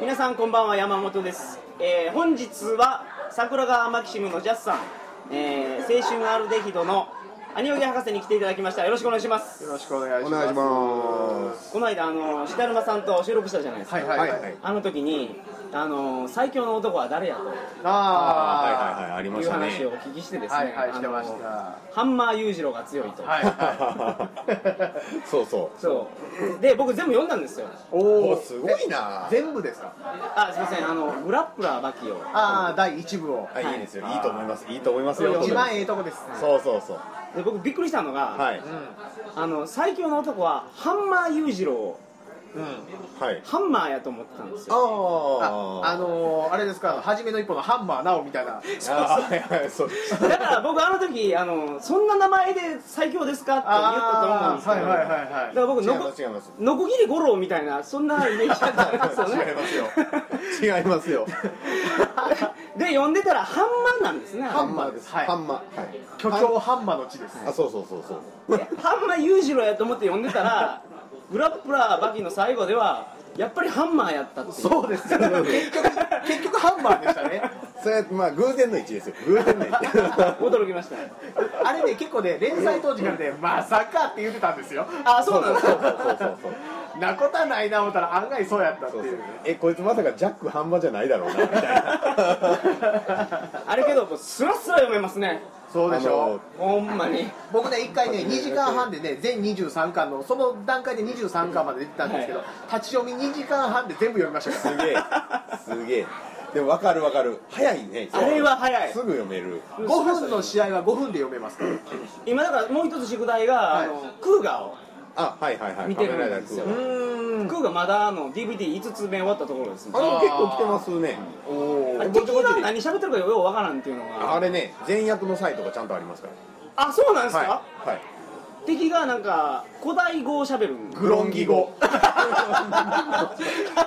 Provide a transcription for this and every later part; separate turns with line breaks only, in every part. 皆さんこんばんは山本です、えー本日は桜川マキシムのジャスさん、えー青春アルデヒドのアニオギ博士に来ていただきましたよろしくお願いします
よろしくお願い
お
します。
願いします。
この間あのシダルマさんと収録したじゃないですか、
はいはいはい。
はいはい
あの時にあの最強の男は誰やと
はい
あ
はいはいありま
い
し
う
たね
話をお聞きしてで
あ
すね、
はいはいしてまし
あ
た。
のハンマー裕次郎が強いと、
はいは
そうそう
そうで僕全部読んだんですよ
い。お
お
お。
すごいな
全部ですか。
あすいませんあのグラップラーバキを
ああ第一部を。
あいいですよいいと思いますいいと思いますよ
一番ええとこです。
そうそうそう
で僕びっくりしたのが、
はい
うん
あの最強の男はハンマー裕次郎を
うん。
はい
ハンマーやと思ってたんですよ
あ
あ
あのーあれですか。初めの一歩のハンマーなおみたいな。
あはいはいそう
だから僕あの時あのそんな名前で最強ですかって言ったと思うんですけ
はい
ど
はいはい
だか
は
ら僕
違い
のこ
ます違います
のこぎり五郎みたいなそんなイメージだったんですよね
違いますよ違いますよ
で読んでたらハンマーなんですね
ハ
ハ
ン
ン
マ
マ
ー
ー
で
ですす。
はい
ハンマー。はい。
い。巨匠ハンマーの地です。
あそうそうそうそう
ハンマー裕次郎やと思って読んでたらグラップラーバキの最後ではやっぱりハンマーやったっていう
そうですよ。結局結局ハンマーでしたね。
それまあ偶然の一致 ですよ偶然の一 致
驚きました
あれね結構ね連載当時からねまさかって言ってたんですよ。
あそうなんです
そう
よ
そうそうそう
なことはないな思ったら案外そうやったって
そう
い
そう
う。
えこいつまさかジャック半端じゃないだろうなみたい な
あれけどもうスラスラ読めますね
そうでし
あ
ょ
の
ほんまに
僕ね一回ね2時間半でね全23巻のその段階で23巻まで出てたんですけど、
は
立ち読み2時間半で全部読みましたか
すげえすげえでも分かる分かる早いね
あれは早い
すぐ読める
ら5分の試合は5分で読めますから
今だからもう一つ宿題が、
はい
あのクーガを
あはいはいはい
見てる
カ
ん
メライダー
ですよ
クーガー
うん
クーガまだあの DVD5 つ目終わったところですね
あ
あ
れも結構来てますね
おお
れ
ー
敵は何喋ってるかようわからんっていうのが
あれね前役のサイトがちゃんとありますか
あそうなんで
ら
すか、
はい、はい、
敵がなんか古代語を喋るん
グロンギ語
あ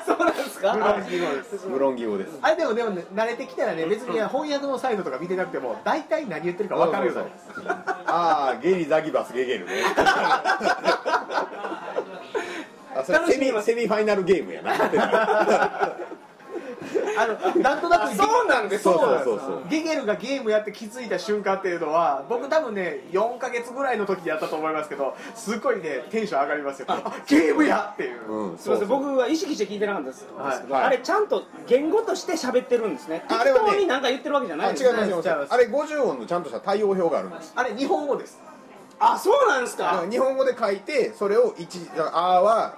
そうなんですか
グロンギ語です
グロンギ語です
あれでもでもね慣れてきたらね別に翻訳のサイトとか見てなくても大体何言ってるか分かるよ
そう
と
そうそうああゲリザギバスゲ ゲルねあそれ
楽し
セ
みま
ミ
す
セミファイナルゲーム やな
あのなんとなく
あそうなんです
そう
そ
そううそうそう
ゲゲルがゲームやって気づいた瞬間っていうのは僕多分ね4ヶ月ぐらいの時やったと思いますけどすごいねテンション上がりますよあゲームやっていう、
うん
すみません
そうそう
僕は意識して聞いてなかったです、
はい
はい
あれちゃんと言語として喋ってるんですね適
あれはね
当に何か言ってるわけじゃな
あ
い
違
ん
い
で
ます
ね
す違いますあれ50音のちゃんとした対応表があるんです
あれ日本語です
あそうなんですか
日本語で書いてそれを一「あ」は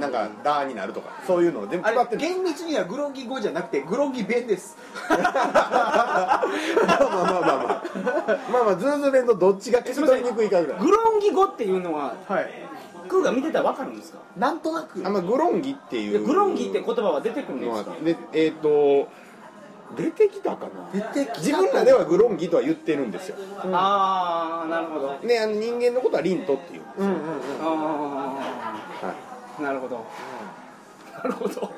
なんか「だ」になるとかそういうのを全部
あ
配
れ
ってる
厳密にはグロギ語じゃなくてグロギ弁です
まあまあまあまあまあまあまあズーズ弁とどっちが聞き取りにくいかぐらい
グロンギ語っていうのは
はい
クーガ見てたらわかるんですか
なんとなく
あんまグロンギってい
で
う
グロンギって言葉は出てくるんですか
まあでえっ、と出てきたかな
出てきた
自分らではグロンギとは言ってるんですよ
ああなるほど
ねあの人間のことはリントっていう、
うんうんうん
あ
はい、
あなるほど、なるほど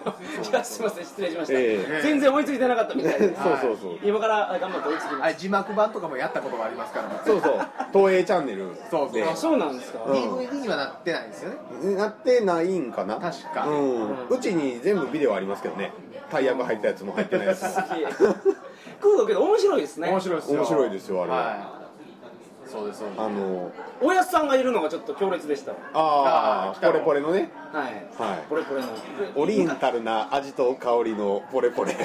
いやすいません失礼しました、
ええ
全然追いついてなかったみたいです
そうそうそう
今から頑張って追いつきま
あれ字幕版とかもやったことがありますから
そうそう東映チャンネル
そう
で
そう
すそうなんですか、
うん
DVD にはなってないですよね
なってないんかな
確か
うん、うちに全部ビデオありますけどねタイヤが入ったやつも入ってない やつも
好きクーガけど面白いですね
面白いですよ
面白いですよあれは
はいそうですそうです
あの
おやすさんがいるのがちょっと強烈でした
あ
あー
あポレポレのね
はい、
はい
これこれの
オリエンタルな味と香りのポレポ レ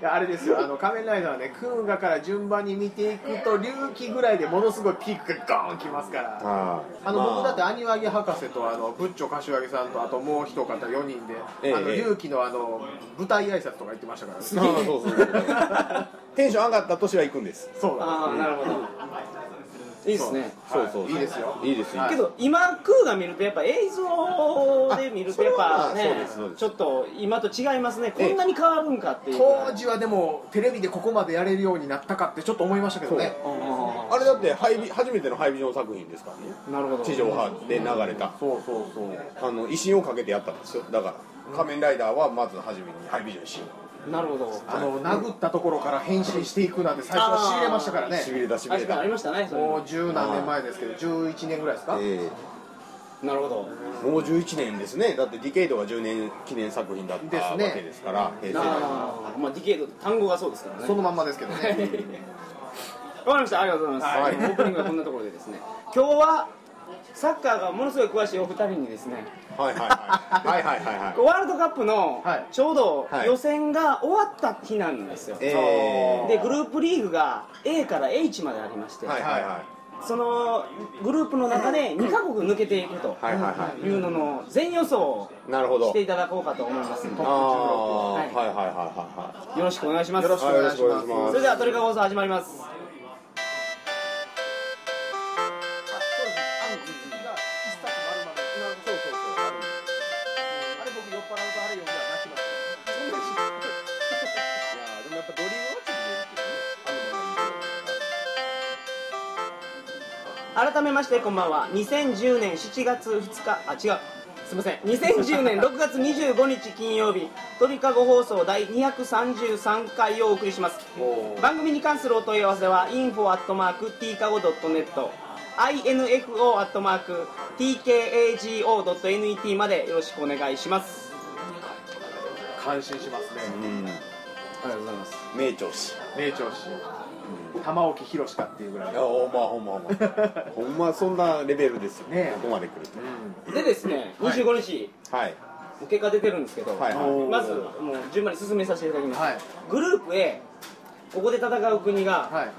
いやあれですよあの仮面ライダーはねクーガから順番に見ていくと龍騎ぐらいでものすごいピークがゴーンきますから
あ
あの、僕だってアニワギ博士とあのブッチョ柏木さんとあともう一方4人で、
ええ
あの
ええ
龍騎のあの舞台挨拶とか言ってましたからね
ああ そうそうそうテンション上がった年は行くんです
そうだ
ああなるほどいいですね
そうそうそう
いいですよ
いいですよ
は
けど今クーガ見るとやっぱ映像で見るとやっぱ
あそれはそう
ね
ですそうです
ちょっと今と違いますねこ
ええ
んなに変わるんかっていう
当時はでもテレビでここまでやれるようになったかってちょっと思いましたけどね
あ
あれだってハイビ初めてのハイビジョン作品ですからね
あなるほど
地上波で流れた
そうそうそう
あの威信をかけてやったんですよだから仮面ライダーはまず初めにハイビジョンし
なるほど
あの殴ったところから変身していくなんて最初は仕入れましたからね
しびれだしびれ
確かにあ
だ
りましたねそれ
もう十何年前ですけど11年ぐらいですか、
ええ
なるほど
もう11年ですねだってディケイドが10年記念作品だったわ
ですね
けですから平成だ
あーまあディケイド単語がそうですからね
そのまんまですけど
はい
ね
わかりましたありがとうございます、
はい
オープニングはこんなところでですね今日はサッカーがものすごい詳しいお二人にですね
はいはいはいはいはいはい はい
ワールドカップの
はい
ちょうど
はい
予選が終わった日なんですよ、
えー
でグループリーグが A から H までありまして、
はいはいはい
そのグループの中で2カ国抜けていくと
はいはいは
いうのの全予想を
いなるほ
し
ど
ていただこうかと思いますの
あ
で
ーは
はいい
はいはいはいはい
よろしくお願いします
よろしく
はいよろしくお願いします
それではトリカゴ放送始まります
あれ僕酔っ払うとあれ読んだら泣きます
いやでもやっぱドリームはちょっと出るけどねあのままいいけど
改めましてこんばんは2010年7月2日あ違うすみません2010年6月25日金曜日鳥かご放送第233回をお送りします
おー
番組に関するお問い合わせは info.tkago.net info.tkago.net までよろしくお願いします
感心しますね
うん
ありがとうございます
名調子
名調子玉置宏かっていうぐらい
いやほんまほんま ほんまほんまそんなレベルですよ
ねえ
ここまで来ると
でですね
はい
25日、
はい
もう結果出てるんですけど、
はいはい
まずもう順番に進めさせていただきます、
はい
グループ A ここで戦う国が、
はい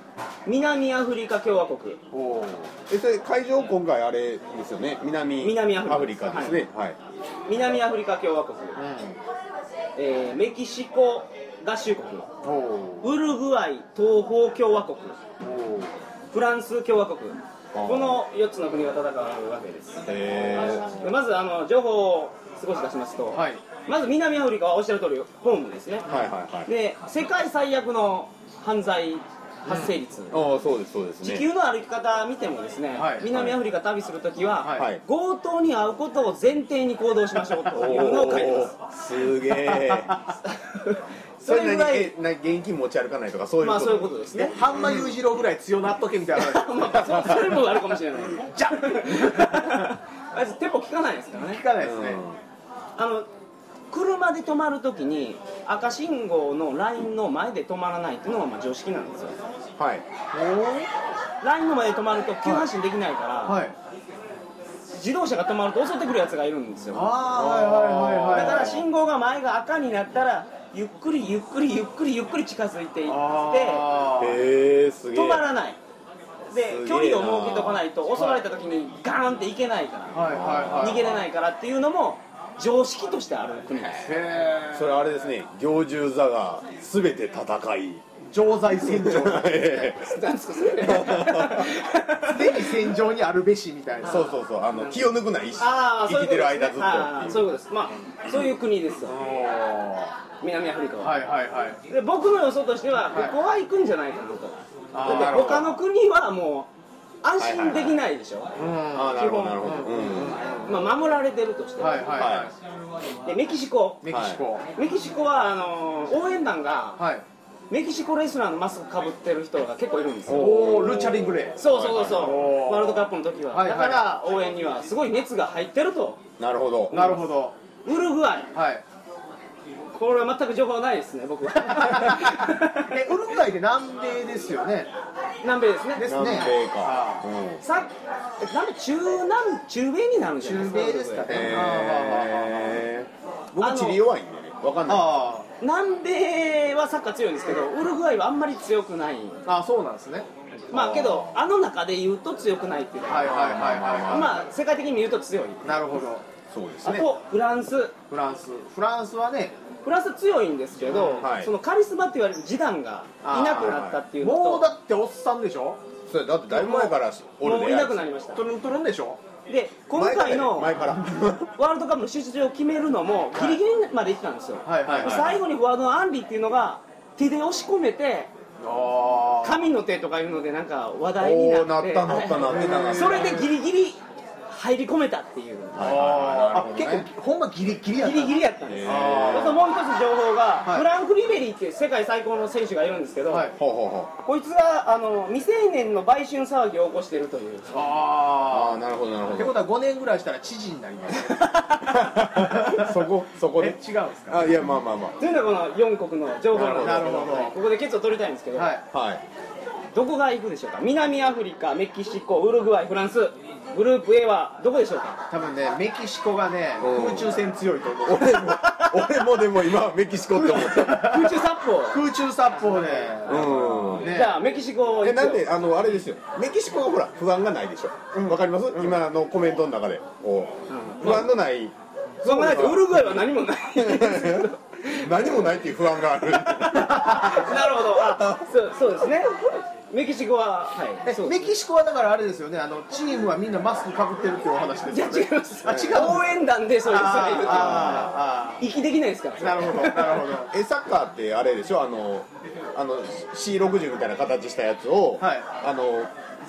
南アフリカ共和国
おお
えそれ会場今回あれですよね南
南アフリカ
アフですねはい
南アフリカ共和国、えーメキシコ合衆国
おお
ウルグアイ東方共和国
お
フランス共和国
ー
この4つの国が戦うわけです
へえ
でまずあの情報を少し出しますと、
はい
まず南アフリカはおっしゃる通りホームですね、
はいはいはい
で世界最悪の犯罪発生率、
ああそうですそうですね
地球の歩き方見てもですね、
はい
南アフリカ旅するときは、
はい
はい
強盗に遭うことを前提に行動しましょうというのを書いてます
すげえ
それぐらい
えな現金持ち歩かないとかそういうこと
まあそういうことですね
半間裕次郎ぐらい強なっとけみたい な
まあそそれもあるかもしれない
じゃ
あいつテンポ聞かないですからね
聞かないですね
あの車で止まるときに赤信号のラインの前で止まらないっていうのがまあ常識なんですよ
うんはい
ラインの前で止まると急発進できないから、
はい
自動車が止まると襲ってくるやつがいるんですよ
ああはいはいはいは
だ
い
から信号が前が赤になったらゆっくりゆっくりゆっくりゆっくり近づいていって止
あー
へえすげえ
まらない
すげえ
で
な
距離を設けとかないと襲われた時にガーンっていけないから
はいはいはい
逃げれないからっていうのも常識としてある国 です
へえ
それあれですね行獣座が全て戦い
常在戦場
何ですかそれ
常に戦場にあるべしみたいな
そうそうそうあの気を抜くな一
ああ
生
そうい
き
うこと
てる
ですね
間ずっと
ああ
って
そ
い
いうこ
うう
とですまあそういう国ですよ
おー
南アフリカは、
はいはいはい
で僕の予想としては
はい
ここは行くんじゃないかなとだ
あー
って
なるほど
他の国はもう安心できないでしょ、
うん
ああなるほどなるほど
基本
うん
まあ、守られてるとしても、
はいはいは
でメキシコ
いメキシコ
メキシコはあのー応援団が
はい
メキシコレスラーのマスクかぶってる人が結構いるんです
お
よ
おールチャリングレー
そうそうそう
はいはい
そ
はいう
ワールドカップの時は、
はいはい
だから応援にはすごい熱が入ってると
なるほど
なるほど
ウルグアイ
はい
これは全く情報ないですね僕は
えウルグアイって南米ですよね
南米ですね
ですね
南米か
あ
うん
さえ南米中南中米になるんじゃないで
中
すか
米ですかね
へえ
あ
僕
の
地理弱いんでねわかんない
あー
南米はサッカー強いんですけどウルグアイはあんまり強くない
あーそうなんですね
まあけどあの中で言うと強くないっていうか
はいはいはいはいは
まあ世界的に見ると強い
いなるほど
そうです
あ
ね
とフランス
フランスフランスはね
フランス強いんですけど、
はい
そのカリスマって言われる示談がいなくなったっていうのと
もうだっておっさんでしょ
それだってだいぶ前からおる
も
で
ういなくなりました
トゥルントゥルンでしょ
で今回の
前から
ワールドカップの出場を決めるのもギリギリまで行ってたんですよ、
はいはいはい
最後にフォワードのアンリっていうのが手で押し込めて
あ
神の手とかいうのでなんか話題に
おお
な
な
って
ったなったなってたな
それでギリギリ入り込めたっていう
あ
ー
ーあ結構ほんまギリギリやっ
ギ
たな
リギリやったんです
へ
よ
ー
あともう一つ情報が、
はい
フランク・リベリーっていう世界最高の選手がいるんですけど、
はい
ほうほうほう
こいつがあの未成年の売春騒ぎを起こしているという
あ
ああなるほどなる
あっ
ほ
て
ど
ことは5年ぐらいしたら知事になります
そこそこ
え違う
で
んですか
あいやまあまあま
というのがこの4国の情報なんです
な
け
る
ど
ほど
ここで結を取りたいんですけど、
はい
あはい
どこが行くでしょうか南アフリカメキシコウルグアイフランスグループ A はどこでしょう か
多分ねメキシコがね
うん
空中戦強いと思う
俺も俺もでも今メキシコって思った
空中殺法
空中殺法で、
うん
ね
じゃあメキシコを
えなんであのあれですよメキシコはほら不安がないでしょわ、かります、今のコメントの中でこう不安のない
そんなウルグアイは何もない
何もないっていう不安がある
なるほどあそうそうですねメキシコははい
え
そう
メキシコはだからあれですよねあのチームはみんなマスクかぶってるっていうお話で
い
す
や
よ
違
ね
います
あ違う
応援団でそういうそういう
あーあ
息できないですから
ーなるほどなるほど
えサッカーってあれでしょあのあの C60 みたいな形したやつを、
はい
あの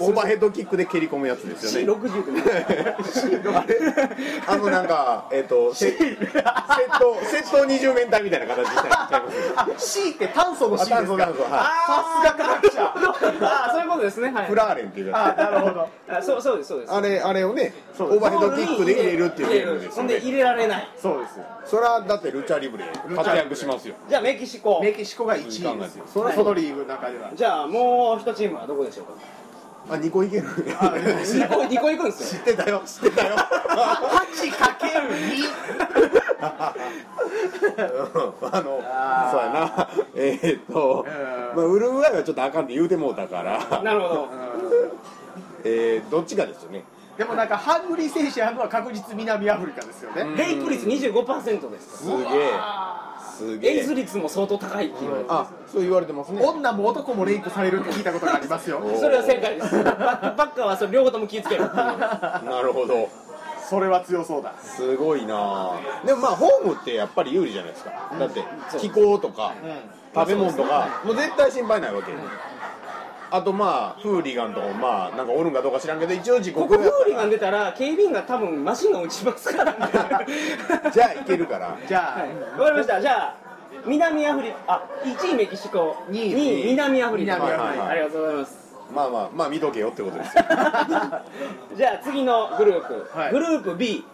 オーバーヘッドキックで蹴り込むやつですよね
C60 ってね
あれあのなんかえっ、とセットセット二十面体みたいな形したやつちゃいます
あ C って炭素の C ですか
あ炭素炭素はい
あーさすが科学者
ああそういうことですねはい
フラーレンっていうやつ
あーなるほど
あそうそうですそうです
あれあれをねオ
そう
ーバーヘッドキックで入れるっていうゲームです
そ
よ
んで
ね
入れられない
そうですよ
それはだってルチャリブレ活躍しますよ
じゃあメキシコ
メキシコが1位ですよ
時
そのトリーグの中では
じゃあもう一チームはどこでしょうか
あ2個いける
二個二個行くんです
知
よ
ってたよ知って たよ
8かける
うんあの
あー
そうやなえーっと、
うん
まあ、ウルグアイはちょっとあかんって言うてもうたから
なるほど
えーどっちがですよね
2でもなんかハングリー選手やるのは確実南アフリカですよね、
レイプ率25%です
すげえすげ
エイ
え
ズ率も相当高いっていう
あそう言われてますね
女も男もレイプされるって聞いたことがあります よ
お
それは正解ですバックパッカーはそれ両方とも気をつけるっていう
なるほど
それは強そうだ
すごいなあでもまあホームってやっぱり有利じゃないですか、だって
そう
気候とか、
ん
食べ物とか、もう絶対心配ないわけ、あとまあフーリガンとかもまあなんかおるんかどうか知らんけど一応自
こ
国
こ
や
フーリガン出たら警備員が多分マシンガン撃ちますからね
じゃあいけるから
じゃあ、
はいわかりましたじゃあ南アフリカあ1位メキシコ
二位
二位南アフリカ
南
アフリカ
はいありがとうございます
まあまあまあ見とけよってことですよ
じゃあ次のグループ、
はい
グループ B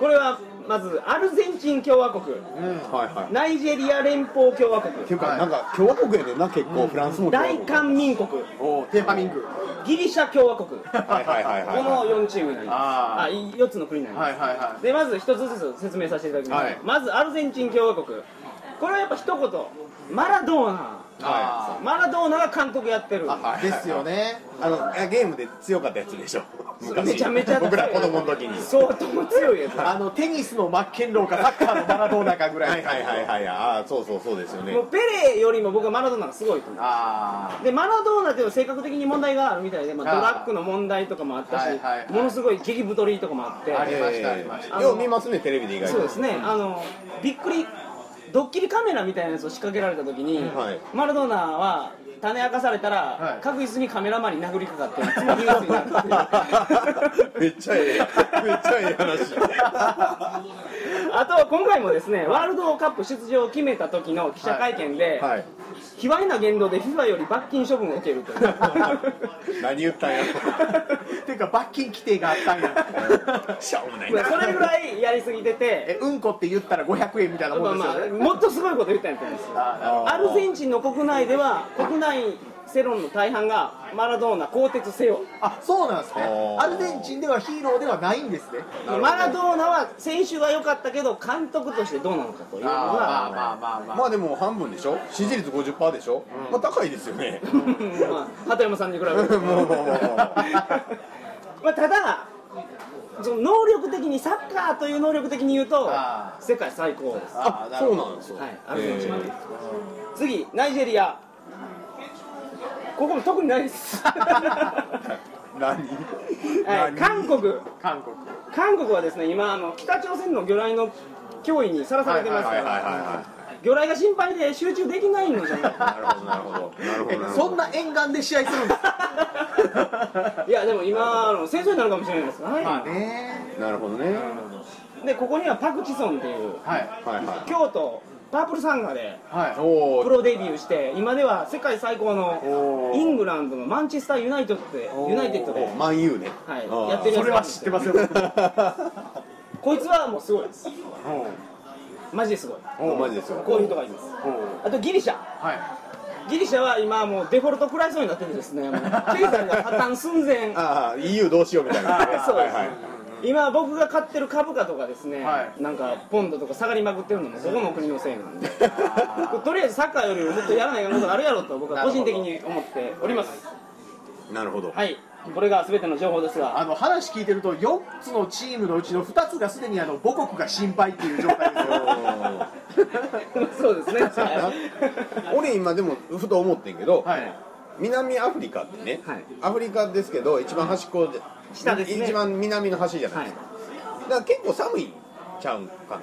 これはまずアルゼンチン共和国
うん
はいはい
ナイジェリア連邦共和
てい
国
うかなんか共和国やねんな結構、フランスも共和
大
国
韓民国
おーテーパミング
ギリシャ共和国こ
はいはいはいはい
の4チームになります
あー
あ4つの国になります、
はいはいはい
でまず一つずつ説明させていただきます、
はい
まずアルゼンチン共和国これはやっぱ一言マラドーナ
あ
マラドーナが監督やってる
あ、
はい
ですよね
あのいやゲームで強かったやつでしょ昔
めちゃめちゃ強い
僕ら子供の時に
相当強いやつ
あのテニスのマッケンローかサッカーのマラドーナかぐら
はいいはいはいはいああそうそうそうですよね
もうペレよりも僕はマラドーナがすごいと思う
あ
でマラドーナっていうのは性格的に問題があるみたいで、まあ、
あ
ド
ー
ラッグの問題とかもあったし、
はいはいはい
ものすごい激太りとかもあって
ありました
えー
ありました
よう見ますねテレビで意外
そう
と
ですねあのびっくりドッキリカメラみたいなやつを仕掛けられた時に、
はい
マラドーナは種明かされたら、
はい
確実にカメラマンに殴りかかっていつもニ ュースになる っていう
めっちゃええめっちゃええ話
あと今回もですねワールドカップ出場を決めた時の記者会見で、
はい
卑猥な言動で FIFA より罰金処分を受けると いう
何言ったんや
あていうか罰金規定があったんや
しょうもない
まあ
な
それぐらいやりすぎてて
えうんこって言ったら500円みたいな
ま
も
あ
んで
ま
すよ
あ
ね、
もっとすごいこと言ったんやったんですよ
あーなるほ
アルゼンチンの国内では国内世論の大半がマラドーナ更迭せよ
どあそうなんですね
あ
ア
ー
ルゼンチンではヒーローではないんですね
なるほど
マラドーナは選手は良かったけど監督としてどうなのかというの
あ
が
ーまあまあまあまあ、
まあでも半分でしょ支持率50%でしょ、まあ高いですよね
まあ鳩山さんに比べる と
もうもうもうもう
まあただその能力的にサッカーという能力的に言うと
あ
世界最高です
あ
あなる
そ
ほ
う
ど
なんですよ、
はいアルゼンチン
え
次ナイジェリアここも特にないです は
ー何
い韓国
韓 国
韓国はですね今あの北朝鮮の魚雷の脅威にさらされてますか
はいはいはいはい
ら
は
魚雷が心配で集中できないのじゃない
なるほどなるほどなるほど
え
るほど
そんな沿岸で試合するんですか
いやでも今の戦争になるかもしれないですからね,、
まあね
なるほどねはい
でここにはパク・チソンっていう
はい
はい
京都パープルサンガで
は
お
プ
ー
ロデビューして今では世界最高の
おー
イングランドのマンチェスターユナイトってユナイテッドで、
マンユーね
はい
あー
やって
い
る
そ れは知ってますよ
こいつはもうすごいですマジですごい
おマジですよ
こういう人がいます
おお
あとギリシャ
は
ギリシャは今もうデフォルト食らいそうになってるんですねもう経済が破綻寸前
ああ EU どうしようみたいな
そう
はい
です
はい
今僕が買ってる株価とかですね、
はい
なんかポンドとか下がりまくってるのもどこの国のせい なんでとりあえずサッカーよりももっとやらないことあるやろと僕は個人的に思っております
なるほど
はいこれが全ての情報です
あ
が
の話聞いてると4つのチームのうちの2つがすでにあの母国が心配っていう状態です
お
よ
ー
そうですね
そうやな俺今でもふと思ってんけど
はい
南アフリカってね
はい
アフリカですけど一番端っこで
下ですね
一番南の端じゃない
は
で
い
すかだから結構寒いちゃうんかな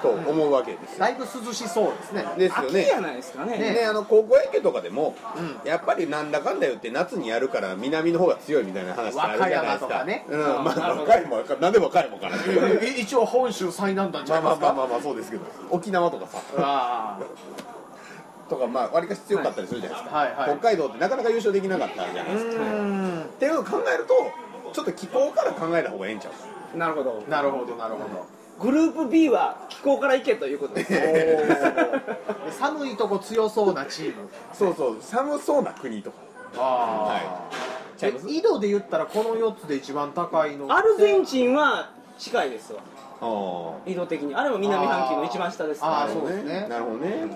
と思うわけですよ
だいぶ涼しそうですね
ですよ
秋
ね
じゃないですかね
ね、あの高校野球とかでも、
う
やっぱりなんだかんだ言って夏にやるから南の方が強いみたいな話ってあるじゃないです
和歌山と
か
かね
うん
あ
ま
な
あ
るほど
若いも若いなんで若いもんかな
え一応本州最南端じ
ま
ゃ
あ
ない
ま
です
あまあ
か
まあまあそうですけど 沖縄とかさ
あー
とかまあわりかし強かったりするじゃないですか、
はいはいはい
北海道ってなかなか優勝できなかったじゃないですか、っていうのを考えるとちょっと気候から考えた方がええんちゃう
なるほど
なるほどなるほど
グループ B は気候から行けということですね
寒いとこ強そうなチーム
そうそう寒そうな国とか
ああ、はい、井戸で言ったらこの4つで一番高いの
アルゼンチンは近いですわ
あ
移動的にあれも南半球の一番下です
あ
あ
ーそうですね
なるほどね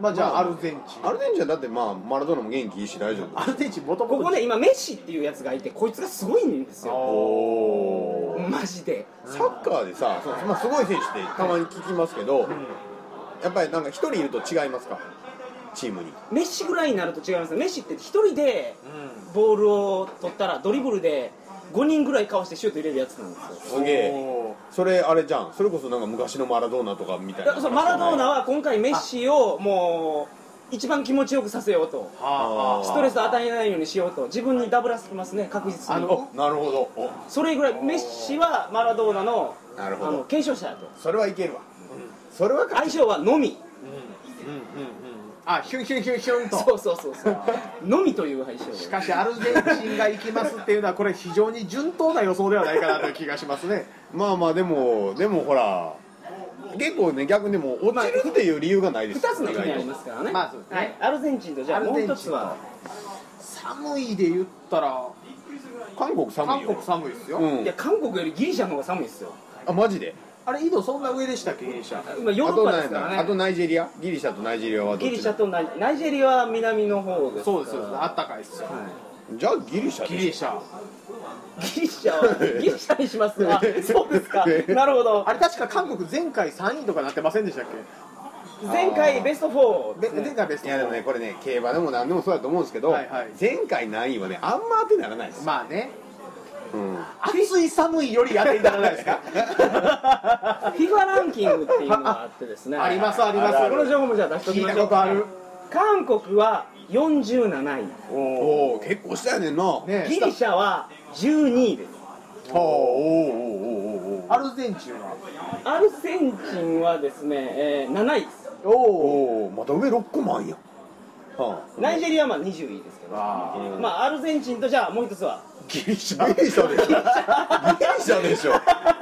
まあじゃあアルゼンチン
アルゼンチンはだってまあマラドーナも元気いいし大丈夫
アルゼンチンもとも
ことこね今メッシっていうやつがいてこいつがすごいんですよ
おー
マジで
サッカーでさ、そまあ、すごい選手ってたまに聞きますけど、やっぱりなんか一人いると違いますかチームに
メッシぐらいになると違いますねメッシって一人で
うん
ボールを取ったらドリブルで5人ぐらいかわしてシュート入れるやつなんですよ
すげえ
おー
それあれじゃんそれこそなんか昔のマラドーナとかみたい
だから
な
そのマラドーナ
は
は今回メッシをもう一番気持ちよくさせようと
はあはあ
ストレス与えないようにしようと自分にダブらせますね確実
あ
に
の
なるほどお
それぐらいメッシはマラドーナの
な
あ
るほど
の継承者だと
それはいけるわ、それはか
相性はのみ
うんうんうんあヒュンヒュンヒュンヒュンと
そうそうそうそうのみという相性
しかしアルゼンチンが行きますっていうのはこれ非常に順当な予想ではないかなという気がしますね
まあまあでもでもほら結構ね逆にでも落ちるっていう理由がないです
2つの国ありますからね,、
まあそうですね
はい、アルゼンチンとじゃあもう一つは
寒いで言ったら
韓国寒い
韓
よ
国寒いですよ、
うん
いや韓国よりギリシャの方が寒いですよ
あマジで
あれ井戸そんな上でしたっけギリシャ
今ヨーロッ
あと
パ
な
で
ん
すか
や
ら
あと
ね
ナイジェリアギリシャとナイジェリアはどっちだ
ギリシャとナイナイジェリアは南の方です
そうですそうです
は
あったかいですよ
じゃあギリシャでしょ
ギリシャ
いギリシャはギリシャにしますあそうですかなるほど
あれ確か韓国前回3位とかなってませんでしたっけ
前回ベスト4
べ
ですね
前回ベス
い
ト
やでもねこれね競馬でも何でもそうだと思うんですけど、
はいはい
前回何位はねあんま当てにならないです、
まあね
うん
暑い寒いよりやっていただかないです か
FIFA ランキングっていうのがあってですね
ありますあります
この情報もじゃあ出しとき
聞い
ま
た
しょ
こ
う
とある
韓国は47位
おお結構したよねんな、
ね
ギリシャは12位です
おーおーおーおーおーおー
アルゼンチンは
アルゼンチンはですね、えー7位です
おお
おおまた上6個もあんやんは
ナイジェリアはまあ20位ですけど
あうん
まあアルゼンチンとじゃあもう一つは
ギリシャギリシャでしょギリシャでしょ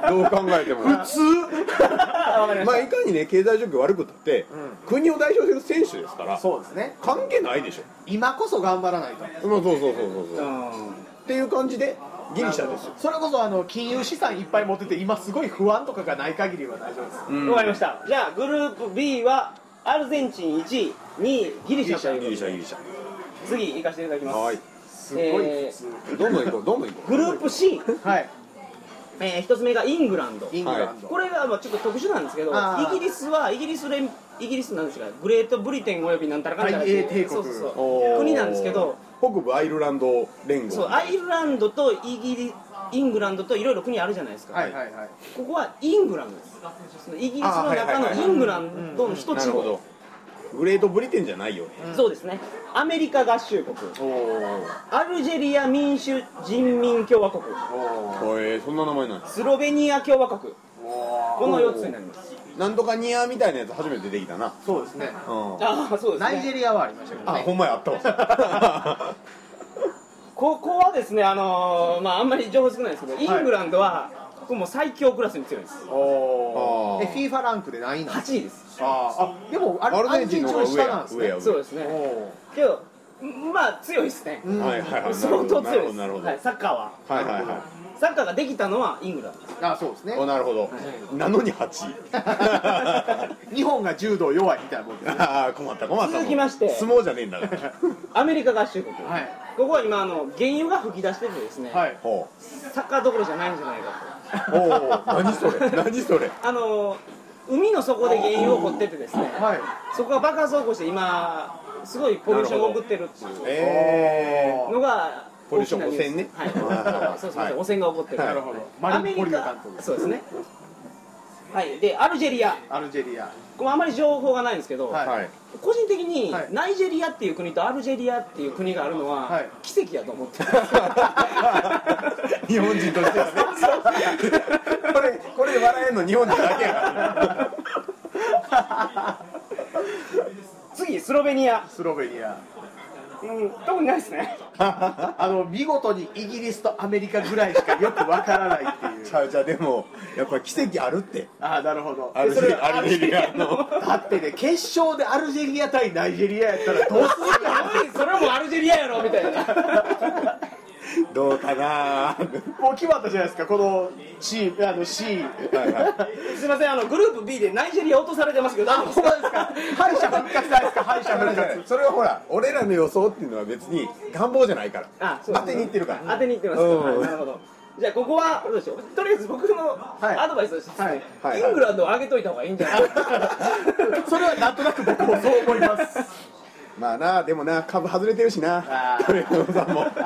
どう考えても普通
わかりま
まあ
し
いかにね経済状況悪くたって、国を代表する選手ですから
そうですね
関係ないでしょ
今こそ頑張らないと
そうそうそうそうそ
た
うそ
う
う
ん
っていう感じでギリシャですよ
それこそあの金融資産いっぱい持ってて今すごい不安とかがない限りは大丈夫です
わかりましたじゃあグループ B はアルゼンチン1位2位ギリシャという
ギ
こ
リ
と
シャギ
で
リシャ
次行かせていただきます
はい
すごい普通、
どんどん行こうどんどん行こう
グループ C、
はい
え1つ目がイングランド
イングランド、
これがまあちょっと特殊なんですけど
あー
イギリスはイギリス連イギリスなんですがグレートブリテンおよびなんたらかんたらっていう
大英帝国
そうそうそう
おー
国なんですけど
北部アイルランド連合
そうアイルランドとイギリイングランドといろいろ国あるじゃないですか、
はいはいはい
ここはイングランドですそのイギリスの中のイングランドの一
な
地
る
方
ほどグレートブリテンじゃないよね
そうですねアメリカ合衆国
おお
アルジェリア民主人民共和国
お
ほえーそんな名前なんです
スロベニア共和国
お
この4つになります
なんとかニアみたいなやつ初めて出てきたな
そうですね
うんあ
ああそうです
ナイジェ
ね
リアはありましたけどね
ほんまやあったわ
ここはですねあのーまああんまり情報少ないですけどイングランドはここも最強クラスに強いです
お
あー
え FIFA ランクで何位なんです
8位です
かあーあでもあれ
アルゼンチンの方が上
アルゼンチンより下なん
や
です
上
ね
や上
そうですね
お
けどんまあ強いですね
ーうん
はいはいはい
相当強いです
なるほどな
は
る
い、サッカーは
ほどはいはいはい
サッカーができたのはイングランドです
あそうですね
おなるほどなのに8
日本が柔道弱いみたいなもんですね
ああ困った困った
続きまして
相撲じゃねえんだから
アメリカ合衆国、
はい
ここは今あの原油が噴き出しててですね、
はい
ほ
サッカーどころじゃないんじゃないか
うおお何それ何それ
とあの海の底で原油を掘っててですね、
はい
そこが爆発を起こして今すごいポリューションを送ってるっていう
ええ
のが
ポリューション
大きなニュース
汚染ね
は
はいい
そうそうそう汚染が起こってる、
はい
なるほどマ
ア
リ
メ
ンポ
リ
リオ監
カ
督
そうですねはいでアルジェリア
アルジェリア
これあまり情報がないんですけど、
は
はい
個人的に
はい
ナイジェリアっていう国とアルジェリアっていう国があるの
は
はい奇跡やと思ってる
日本人としてはねこれこれで笑えんの日本人だけやから
次スロベニア
スロベニア
うん特にないです ね
あの見事にイギリスとアメリカぐらいしかよくわからないってい
ち
う
ゃうちゃうでもやっぱ奇跡あるって
ああなるほど
アルジ
それ
ェアルジェリアの
だってね決勝でアルジェリア対ナイジェリアやったらどうするかな
それもアルジェリアやろみたいな
どうかなー
もう決まったじゃないですかこのチームあの C
はいはい
すいませんあのグループ B でナイジェリア落とされてますけど大丈夫ですか
敗者復活ないですか敗者復活
それはほら俺らの予想っていうのは別に願望じゃないから
あそう
当てにいってるから
当てに行ってます
うん
はいなるほどじゃあここはどうでしょうとりあえず僕の
い
アドバイスとしてですね、
はいは
イ
い
ングランドを上げといた方がいいんじゃないかな
それはなんとなく僕もそう思います
まあなでもな株外れてるしな
あー
トレードさんも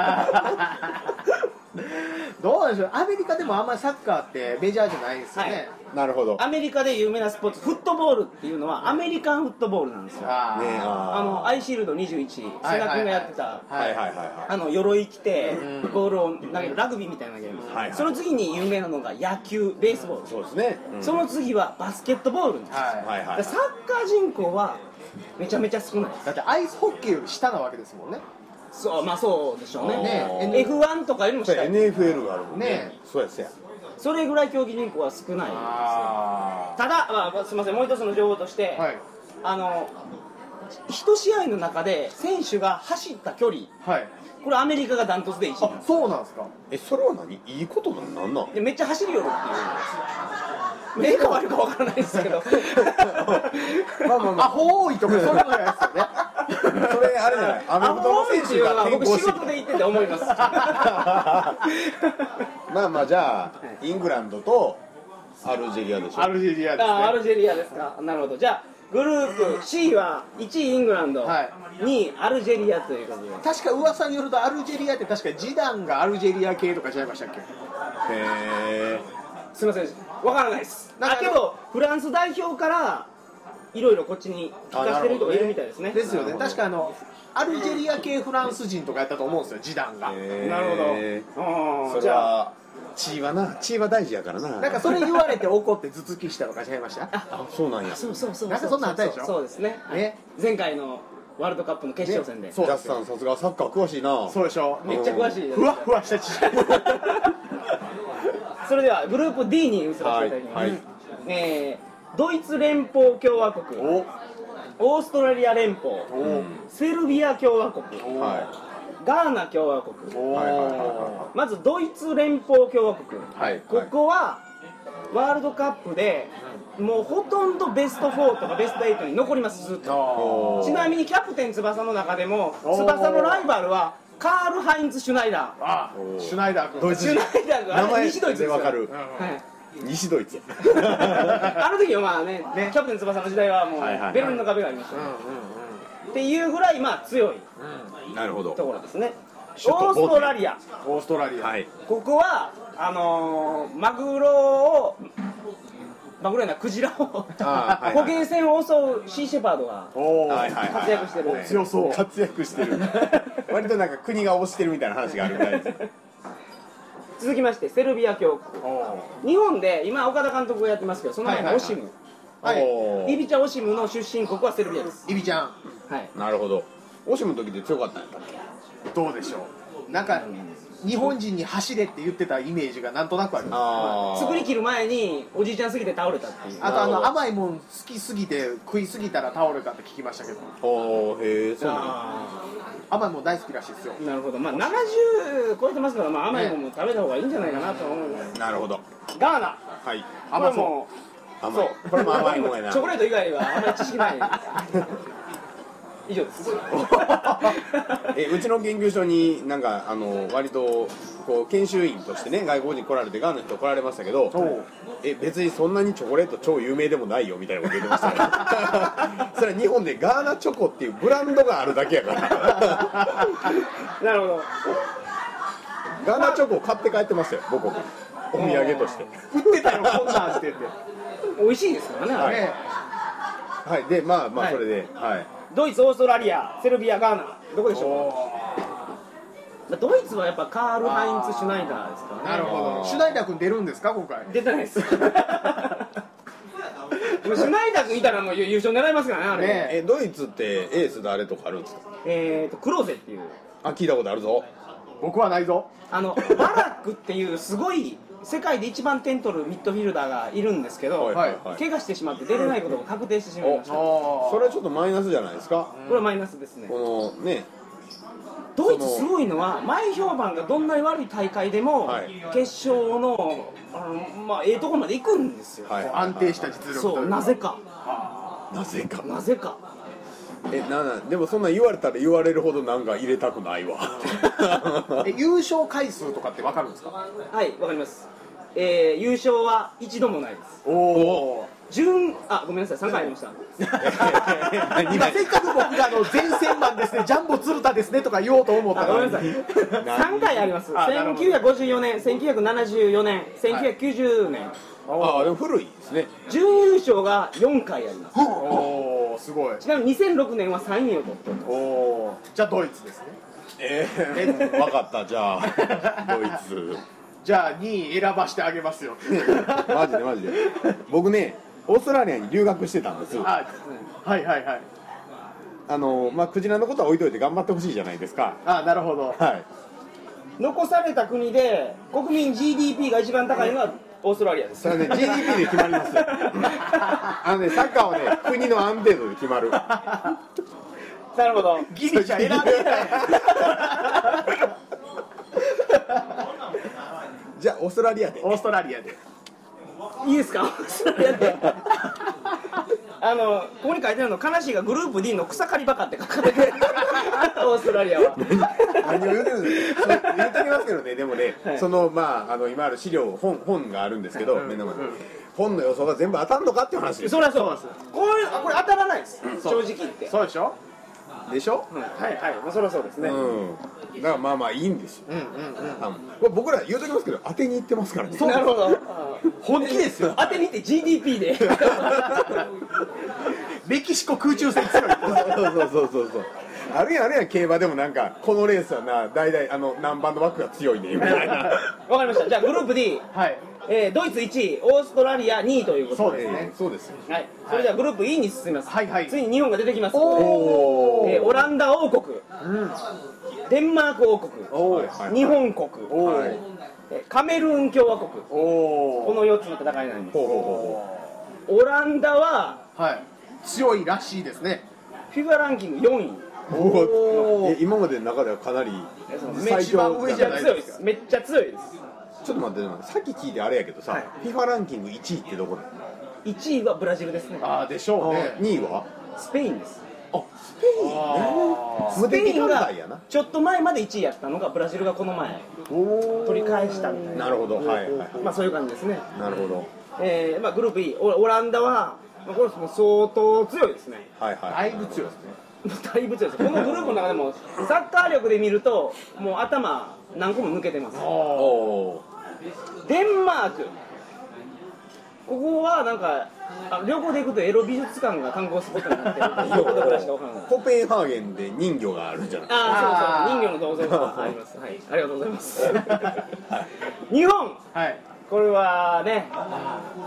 どうなんでしょうアメリカでもあんまりサッカーってメジャーじゃないですよね、
はい
なるほどね
アメリカで有名なスポーツフットボールっていうのはアメリカンフットボールなんですよ
あー
え
あの
あ
アイシールド21瀬賀君
はいはいはい
がやってた
ーはいはいはいは
あの鎧着て
うん
ボールを投げるラグビーみたいなゲーム、
はいはい
その次に有名なのが野球ベースボール
いそうですねうん
その次はバスケットボールなんです、
はい
はい
だ
は
から
い
サッカー人口はめちゃめちゃ少ないです
だってアイスホッケーより下なわけですもんね
そうまあそうでしょうね
ね
あー
N-
F1 とかよりも
そ
下
うや
い
NFL があるもんね
ね
そうやそうや
それぐらい競技人口は少ない
あ
ただ、まあまあ、すみませんもう一つの情報として、
はい
あの一試合の中で選手が走った距離
はい
これアメリカがダントツで1位なん
あ
です
そうなんですか
えそれは何いいことなんな んなん
でめっちゃ走りよるっていう目が悪いかわからないですけど
まあまあま
アホ多いとかそういうのじゃないですよね
あそれあれじゃないアメフトの選手が転
僕
向
仕
してきた
事で行ってて思い ます
まあまあじゃあイングランドとアルジェリアでし ょ
アルジェリアですね
あアルジェリアですかなるほどじゃあグループ C は1位イングランド、
はい
2位アルジェリアということで
確か噂によるとアルジェリアって確か示談がアルジェリア系とかちゃいましたっけ
へえ
すみませんわからないです
なんか
だけどフランス代表からいろいろこっちに聞かせてる人がいるみたいですね
ですよね
なるほど
確かあのアルジェリア系フランス人とかやったと思うんですよ示談が
なるほど、うん
それ
じゃあ
は地位はな地位は大事やからな
なんかそれ言われて怒って頭突きしたとかちゃいました
あそうなんや
そうそうそう
なんかそんなんあったでしょ
そうですね
ね
前回のワールドカップの決勝戦で、
ね
ジャスさんさすがサッカー詳しいな
そうでしょ
めっちゃ詳しいです
ふわふわした知識
それではグループ D に移らせていただきます、
はいはい
えードイツ連邦共和国
お
オーストラリア連邦
お
セルビア共和国
は
ガーナ共和国
お
はいはいはい
まずドイツ連邦共和国、
はい
ここはワールドカップでもうほとんどベスト4とかベスト8に残りますずっと
お
ちなみにキャプテン翼の中でも
おー
翼のライバルはカール・ハインツ・シュナイダ
あ
お
シュナイダー君
ドイ
ー
ツ
シュナイダーが
名
あれ
前
西ドイツ
で
ですよ
わかる
はい
西ドイ ツ
あの時はまあね
ね
キャプテン翼の時代はも
はいはいは
う
い
ベルリンの壁がありましたね、っていうぐらいまあ強い
なるほ
と
ど
ころですね
首都
オーストラリア
オーストラリア
はい
ここはあのーマグロをマグロやなクジラを
あーはいはい
捕鯨船を襲うシーシェパードが
おお、
はいはいはい
活躍してる
はい
強そう
活躍して る割となんか国が推してるみたいな話があるみたいです
続きましてセルビア共和国
おお
日本で今岡田監督がやってますけどその前の
は
オ
いはいは
シ
い
ム
はい
お
リ
ー
ビチャ・オシムの出身国はセルビアです
イビちゃん
はい
なるほどオシムの時で強かったんやったっけ
どうでしょうなんか日本人に走れって言ってたイメージがなんとなくあります
あ
作り切る前におじいちゃんすぎて倒れたっていう
あとあ
なるほど
の甘いもん好きすぎて食いすぎたら倒れたって聞きましたけど
おーへえそうなんや
あ
甘いもん大好きらしいですよ
ーなるほどまあ70超えてますから、まあ、甘いものも食べた方がいいんじゃないかなと思う
なるほど
ガーナ
はい
これも
甘いこれも甘いもん やな
チョコレート以外はあんまり知識 ない以上です
えうちの研究所になんかあの割とこう研修員としてね外国人来られてガーナの人来られましたけど
そう
え別にそんなにチョコレート超有名でもないよみたいなこと言ってましたよそれは日本でガーナチョコっていうブランドがあるだけやから
なるほど
ガーナチョコを買って帰ってましたよ母国お土産として
売ってたよこんなんって言って
美味しいですからね、あれ
はい
ね
はいでまあまあ
はい
それではい、
ドイツオーストラリアセルビアガーナどこでしょ
お
うドイツはやっぱカール・ハインツ・シュナイダーですからね
なるほ
あー
どシュナイダー君出るんですか今回
出てないです もうシュナイダー君いたらもう優勝狙いますからねあれ
ね
えドイツってエース誰とかあるんですか
えー、とクローゼっていう
あ聞いたことあるぞ
僕はないぞ
あのバラックっていうすごい世界で一番点取るミッドフィルダーがいるんですけど、
はいはいはい
怪我してしまって出れないことが確定してしまいましたこ
お
それはちょっとマイナスじゃないですか
れはマイナスですね
このね
ドイツすごいのは前評判がどんなに悪い大会でも、
はい
決勝のあの、まあ、ええとこまで行くんですよ、
はい
安定した実力とい
そうなぜか
なぜか
なぜか
えななでもそんなん言われたら言われるほどなんか入れたくないわ
え優勝回数とかってわかるんですか
はいわかります、えー、優勝は一度もないです
お お
準あごめんなさい3回ありました
何
今せっかく僕があの前線マンですねジャンボ鶴田ですねとか言おうと思った
あご
の
めん
に
なさい3回あります
あなるほど
1954年1974年1990年、
ああでも古いですね
準優勝が4回あります
おおすごい
ちなみに2006年は3位を取っております
おおじゃあドイツですね
ええ分かったじゃあドイ ツ
じゃあ2位選ばしてあげ ますよ
マジでマジで僕ねオーストラリアに留学してたんです
あはいはいはい
あのまあクジラのことは置いといて頑張ってほしいじゃないですか
あなるほど
はい
残された国で国民 GDP が一番高いのはオーストラリアです
それは ね GDP で決まりますあのねサッカーはね国の安定度で決まる
なるほど
ギリシャ選べ ない
じゃあオーストラリアで
オーストラリアで
いいですかオーストラリアで あのここに書いてあるの悲しいがグループ D の草刈りバカって書かれてる オーストラリ アは
何を言うてるんですかそう言うてきますけどねでもね、そのまああの今ある資料本本があるんですけど、目の前に、本の予想が全部当たんのかっていう話です
そりゃそうですこれあこれ当たらないです正直言って
そうでしょ
でしょ、
はいはいまあそりゃそうですね、
うんだからまあまあいいんですよ、
うんうんうん
多分これ僕ら言うときますけど当てに行ってますからね
なるほど
本気ですよ
当てにいって GDP で
メキシコ空中戦強い
そうそうそうそうそうあるやんあるやん競馬でもなんかこのレースはな大体あの何番の枠が強いねみたいな
わかりましたじゃあグループ D、
はい
えードイツ1位オーストラリア2位ということ
そう
え
ですね
えそうですよ
はい、それではグループ E に進みます、
はいはい
ついに日本が出てきます、
お
えーオランダ王国、
ん
デンマーク王国、
お
はいはい
日本国、
おー
はい
えーカメルーン共和国、
お
こ
お
の4つの戦いになります、
ほうほうほうほ
オランダは
はい強いらしいですね
FIFA ランキング4位、
う
お
え今までの中ではかなり
めっ
最
ち
一
強
番上じ
ゃ
ゃない
強い
で
ですす、
か
めっちゃ強いです、
ちょっと待って、さっき聞いてあれやけどさ、FIFA ランキング1位ってどこだ
1位はブラジルですね、
ああでしょうね
?2 位は
スペインです、
あスペイン
あ
ス
無
ペ
敵
イン
艦
が
隊やな。
ちょっと前まで1位やったのが、ブラジルがこの前、
お
取り返したみたいな、
なるほど、はいはい。
まあ、そういう感じですね。
なるほど、
えーまあ、グループ E オオランダは、まあ、これもう相当強いですね
はいは
だ
い。
いぶ強いですね
だいぶ強いですこのグループの中でもサッカー力で見るともう頭何個も抜けてます
おおー。
デンマークここはなんかあ旅行で行くとエロ美術館が観光スポットになってるっていうことぐらいしかわから ない
コペンハーゲンで人魚があるんじゃない
ああそうそう人魚の銅像がありますはいありがとうございます 日本
はい
これはね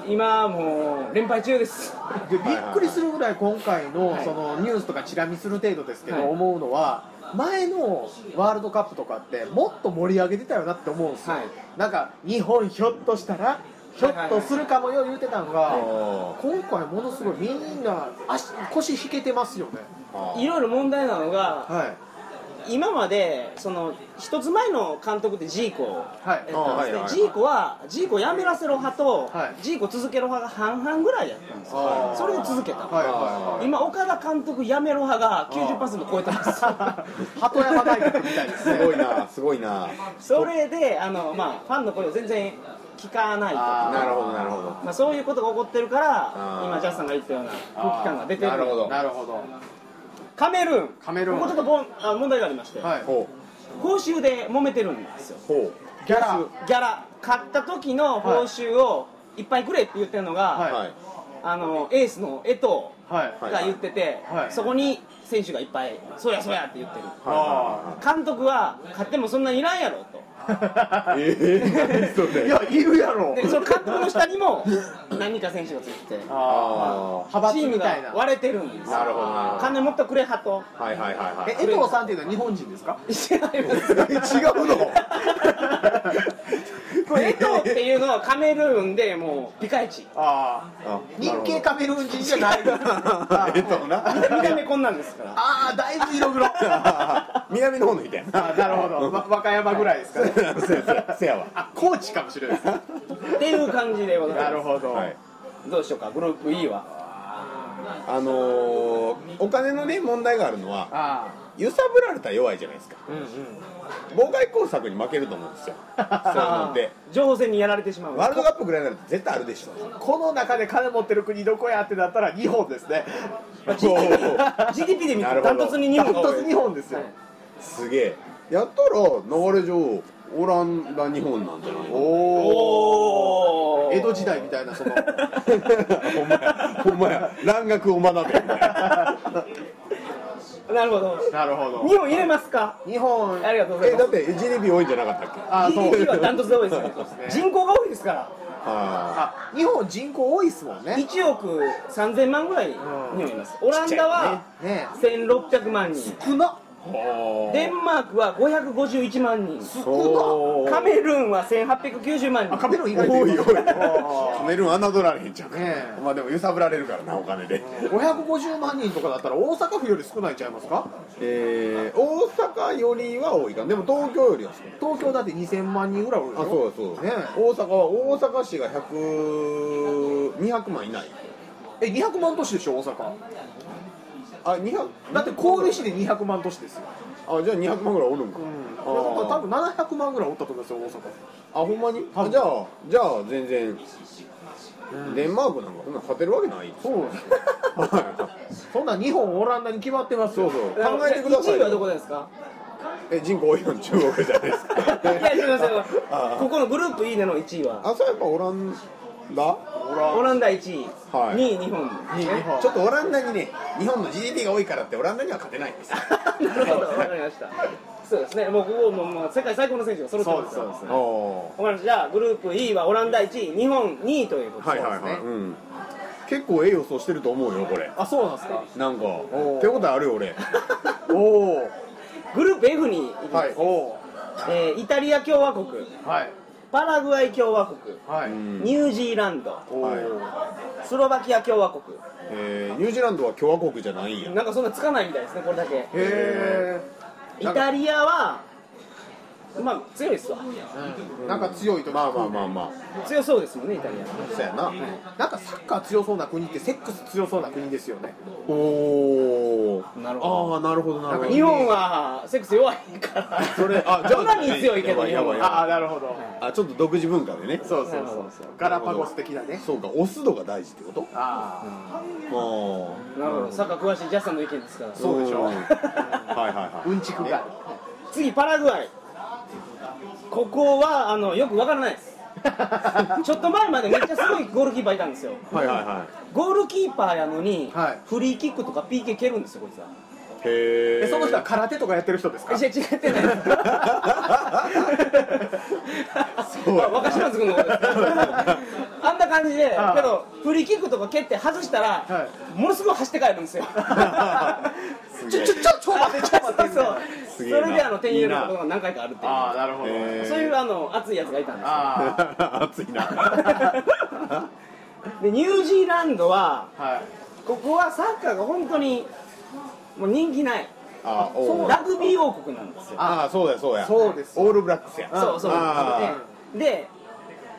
今もう連敗中です
でびっくりするぐらい今回のそのニュースとかチラ見する程度ですけ
はい
ど思うのは前のワールドカップとかってもっと盛り上げてたよなって思うんですよ
はい
なんか日本ひょっとしたらひょっとするかもよ言うてたのが
あ
今回ものすごいみんな足腰引けてますよね
あ
いろいろ問題なのが
はい
今までその一つ前の監督でジーコ
はい
やったんですね
あはいはいはい
ジーコはジーコやめらせろ派と、
はい
ジーコ続けろ派が半々ぐらいやったんですよ
あー
それで続けた、
はいはい
今岡田監督やめろ派が90%超えてます
はい 鳩山大学みたいですね
すごいなすごいな
それであの、まあ、ファンの声を全然聞かないと
あー
なるほどなるほど
まあ、そういうことが起こってるから
あー
今ジャスさんが言ったような空気感が出てる
なるほど
なるほど
カメルーン
カメルーン
ここちょっとぼんあ問題がありまして、
はい
ほ
報酬で揉めてるんですよ
うほ
ギャラ
ギャラ買った時の報酬をいっぱいくれって言ってるのが、
う
はい
はい
あのエースの江藤
はい
が言ってて、
はい
そこに選手がいっぱい「そうやそうや」って言ってる
あ
監督は買ってもそんなにいらんやろと
あ
ええ何それ
いやいるやろ
でその監督の下にも何人か選手がついててチ
あ
あ
あ派閥
ーム
みたいな
が割れてるんですよ
なるほどなるほど
金もっとくれは と
はいはいはいは
え
い
江藤さんっていうのは日本人ですか
違います
え違うの
これ江藤っていうのはカメルーンでもうピカイチ
ああ
あ
日系カメルーン人じゃないです
なるほど えっとな
見た目こんなんですから
ああだいぶ色黒あ
南の方の人やな
あなるほど、 わ和歌山ぐらいですかね
せや せやわ
あ高知かもしれないです
っていう感じでございます
なるほど、
はい
どうしようかグループ E は
あのーお金のね問題があるのは
あ
揺さぶられたら弱いじゃないですか
あうんうん
妨害工作に負けると思うんですよそういうのって
あー情報戦にやられてしまう
ワールドカップぐらいなら絶対あ るでしょ
この中で金持ってる国どこやってなったら日本ですね
まあ GDP, GDP で見
な
る
る
とダ
ほ
ン
ど
トツに日
ダ
本
ン
が多
トツ
い
日本ですよ、
すげえやったら流れ上オランダ日本なんじゃないの
おお
おー
江戸時代みたいなその
ほんまやほんまや蘭学を学べみたいな
なるほど
なるほど
日本入れますか
日本
ありがとうござい
え
ます
だって GDP 多いんじゃなかったっけ
あそう
GDP はダントツで多いですね
ね
人口が多いですから
は
あ日本人口多いですもんね
1億3000万ぐらい日本いますオランダは
ね
1600万人
少な
あ
デンマークは551万人
そう
カメルーンは1890万人
あカメルーン意外と
おいおい
ますあ
カメルーン侮られへんちゃうか、
ねえ
まあでも揺さぶられるからなお金で
ー550万人とかだったら大阪府より少ないんちゃいますか
えー、大阪よりは多いかなでも東京よりは少ない
東京だって2000万人ぐらいおるでしょ
あそうだそうだ、
ね
大阪は大阪市が100200万いない
え200万都市でしょ大阪
あ200
だって神戸市で200万都市ですよ、
あじゃあ200万ぐらいおるんか、
だ
あ
から多分700万ぐらいおったと思いますよ大阪
あほんまにあじゃあじゃあ全然、デンマークなんかそんなん勝てるわけない
そうです
はい
そんなん日本オランダに決まってますよ
そうそう考えてくださ
1
い
位はど
よ
こです か
え人口多いの中国じ ゃないですか
いや違いますよ
あ
ここのグループ E での1位は
あそうやっぱオランダ
オラ
オランダ1位
はい
2位日 本
日本
ちょっとオランダにね日本の GDP が多いからってオランダには勝てないんです
なるほどわかりましたそうですねもうここももう世界最高の選手が揃ってますから
そうですそうで
は
わかりましたじゃあグループ E はオランダ1位日本2位ということ
い
で
はいはい、
そうですね
うん、結構ええ予想してると思うよこれ
あそうなんですか
なんか
おー
手応えあるよ俺
おお
グループ F に行きます
はい
おお
えーイタリア共和国
はい
パラグアイ共和国
はい、
うん
ニュージーランド
おお、
はい
スロバキア共和国
えーニュージーランドは共和国じゃないんや
なんかそんなつかないみたいですねこれだけ
へ
イタリアはまあ強いですわ
えなんか強いと
まあまあまあま
強そうですもんねイタリア
あそうやな
なんかサッカー強そうな国ってセックス強そうな国ですよね
おお
なるほ
ああーなるほどなるほど
日本はセックス弱いから
それあじゃあ
オナニー強いけど
やばいやばいやばい
ああなるほど
あちょっと独自文化でね
そうそう
なる
そ
ほ
う
ど
そうガラパゴス的なね
そうかオス度が大事ってこと
あ
あ
なるほどサッカー詳しいジャスさんの意見ですから
あ
そうでしょ
はいはいは
あうんちくが
次パラグアイここはあのよくわからないです
あ
ちょっと前までめっちゃすごいゴールキーパーいたんですよ
はいはいは
ゴールキーパーやのに、
はい
フリーキックとか PK 蹴るんですよこいつはい
え
へえ
その人は空手とかやってる人ですか
え違う違ってないですあ若島津君のことです あんな感じで
ああ
けどフリーキックとか蹴って外したら、
は
ものすごい走って帰るんですよ
ちょちょちょちょ待ってちょ 待
そう
って
そうそ
すげえな
れであの点入れることが何回かあるっていう
ああなるほど、
えー
そういうあの熱いやつがいたんですよ
あ
熱いな
でニュージーランドは
あはい
ここはサッカーが本当にもう人気ない
あおう
ラグビー王国なんですよ
ああそうやそうや
そうです
オールブラックスや
そうそう
あ
でで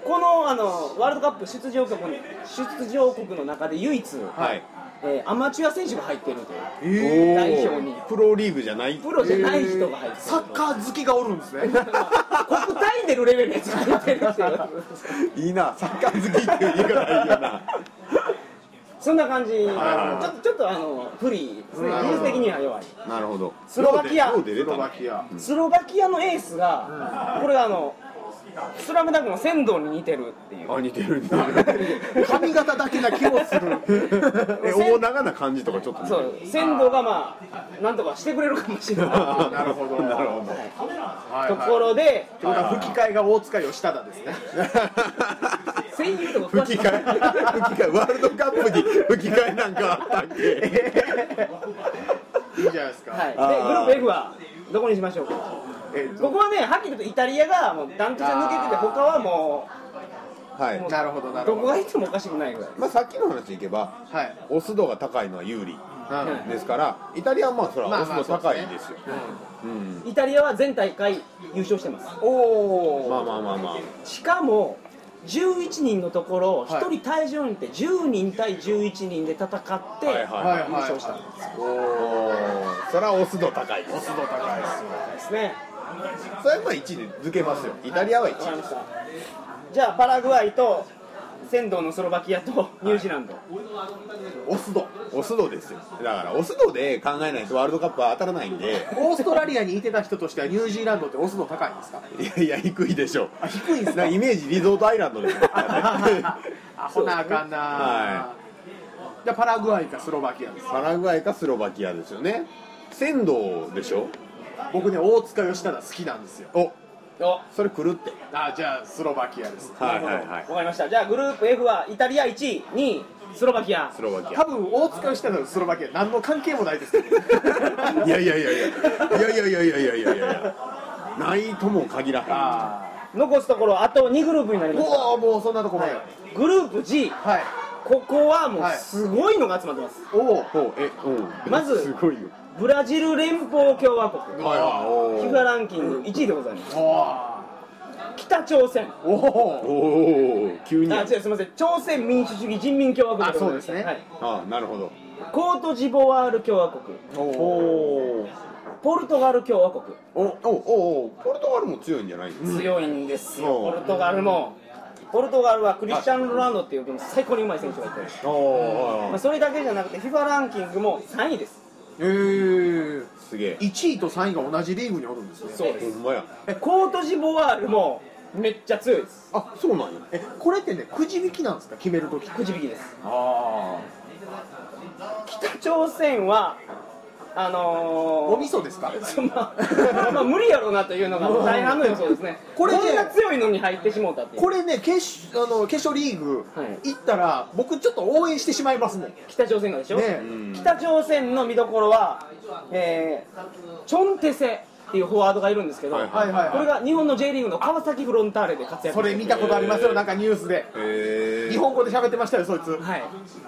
このあのワールドカップ出場国の出場国の中で唯一、
ーはい
えーアマチュア選手が入ってるという
え
おー
代表に
プロリーグじゃない
プロじゃない人が入ってる
サッカー好きがおる んですね
国単位でるレベルのやつが入ってるっていう
いいなサッカー好きっていう言い方いい よな
そんな感じちょ
はい
っとちょっとあの不利ですね
なる
技
ほど
術的には弱い
なるほど
スロバキア
どうで出
ス
れた
ロ
の
バキア
スロバキアのエースが、これあの「スラムダンクの仙道に似てるっていう
あ似てるんだ
髪型だけな気もする
え大長な感じとかちょっと似て
そ
る
う仙道がまあなんとかしてくれるかもしれない
あー
なるほど
なるほど
はい
と
はい
ころで
ってことは吹き替えが大塚吉忠ですね
声優とか詳し
吹
い
き替え吹き替えワールドカ ップに吹き替えなんかあったっけ
いいじゃないですか、
はい、でグル
あー
ープ F はどこにしましょうか
えっと
ここはねはっきり言うとイタリアがもうダントツで抜けてて
あー
他はも
はい
なるほどな
う
る
ど
ほ
こ
ど
がいてもおかしくないぐらい
まあさっきの話でいけば
はい、
オス度が高いのは有利
うん
ですからイタリアはまあそれは
まあ
オス
まあ
度高いですようん
イタリアは全大会優勝してます
おお、
まあまあまあまあ
しかも11人のところ
はい
1人退場にって10人対11人で戦って優
はいはい
はいはい
勝したん
おおそれはオス度高いで
オ
す
ス度高いですよ
ですね
それはまあ1位で抜けますよイタリアは
わかり
1
ましたじゃあパラグアイと仙道のスロバキアとニュージーランド、
オス度
位オス度ですよだからオス度で考えないとワールドカップは当たらないんで
オーストラリアにいてた人としてはニュージーランドってオス度高いんです か
いやいや低いでしょ
あ低いんです
な
か
んかイメージリゾートアイランドですよ
あほなあかんな、
は
じゃあパラグアイかスロバキアです
パラグアイかスロバキアですよね仙道でしょ
僕ね大塚義忠好きなんですよ
お
お
それ狂って
あじゃあスロバキアです
はいはいは
わ
い
かりましたじゃあグループ F はイタリア1位2位スロバキア
スロバキ
多分大塚義忠とスロバキア何の関係もないです けど
アいやいやいやいやいやいやいやいやいやいやいやないとも限らへん
あ
残すところあと2グループになり
ー
ました
もうもうそんなとこまではい、
グループ G ここはもうすごいのが集まってます、
おお
ほうえうん
まず
すごいよ
ブラジル連邦共和国
はいはいお
FIFA ランキング1位でございます北朝鮮
おお
おおー急に
あ
や
違うすみません朝鮮民主主義人民共和国ございま
あそうですね
はい、
あなるほど
コートジボワール共和国
おお
ポルトガル共和国
おおおおポルトガルも強いんじゃないの
強いんですよ
う
ポ
ん
ルトガルもポルトガルはクリスチャン・ロナウドっていう最高にうまい選手がいて
おお
まあ、それだけじゃなくて FIFA ランキングも3位です
えー、
すげえ
1位と3位が同じリーグにおるんですね
そう
ほんまや
コートジボワールもめっちゃ強いです
あそうなんや
えこれってねくじ引きなんですか決めるとき
くじ引きです
あ
北朝鮮はあのー、
お味噌ですか
そんなまあ無理やろうなというのが大半の予想ですねこ
こ
れ
れね
んな強いのに入ってしもうたっていう
これね決勝あの決勝リーグ
はい
行ったら僕ちょっと応援してしまいますもんね
北朝鮮がでしょ、
え
うん
北朝鮮の見どころは、えーチョンテセっていうフォワードがいるんですけど、
はい
はいはい
これが日本の J リーグの川崎フロンターレで活躍
それ見たことありますよなんかニュースで
へえ
日本語で喋ってましたよそいつ
はい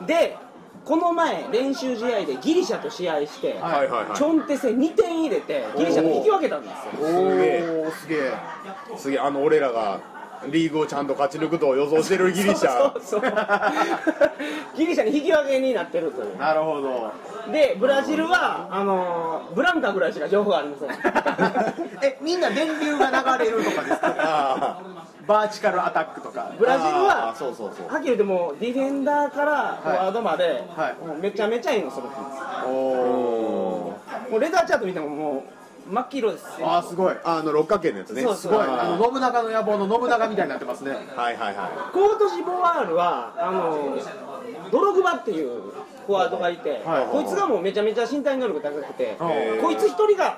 でこの前練習試合でギリシャと試合して、
は
はいはい
チ
は
ョンテセ2点入れてギリシャと引き分けたんですよ
お
すげえ
おすげえ
いすげえあの俺らがリーグをちゃんと勝ち抜くと予想してるギリシャ
そうそうそうギリシャに引き分けになってるという
なるほど
でブラジルはあのーブランカぐらいしか情報がありません
えみんな電流が流れるとかですか
ああ
バーチカルアタックとか
ブラジル
あー
は
そうそうそう
はっきり言ってもうディフェンダーからフォワードまで、
はい
もうめちゃめちゃいいの揃ってま
おお
すもうレザーチャート見てももう真っ黄色です
ああすごい
あの六角形のやつね
そう
す
そう
ごい
あー
あの信長の野望の信長みたいになってますね
はいはいは
コートジボワールはあのドログバっていうフォワードがいて、
はい
こいつがもうめちゃめちゃ身体能力高くて、
はい
こいつ一人が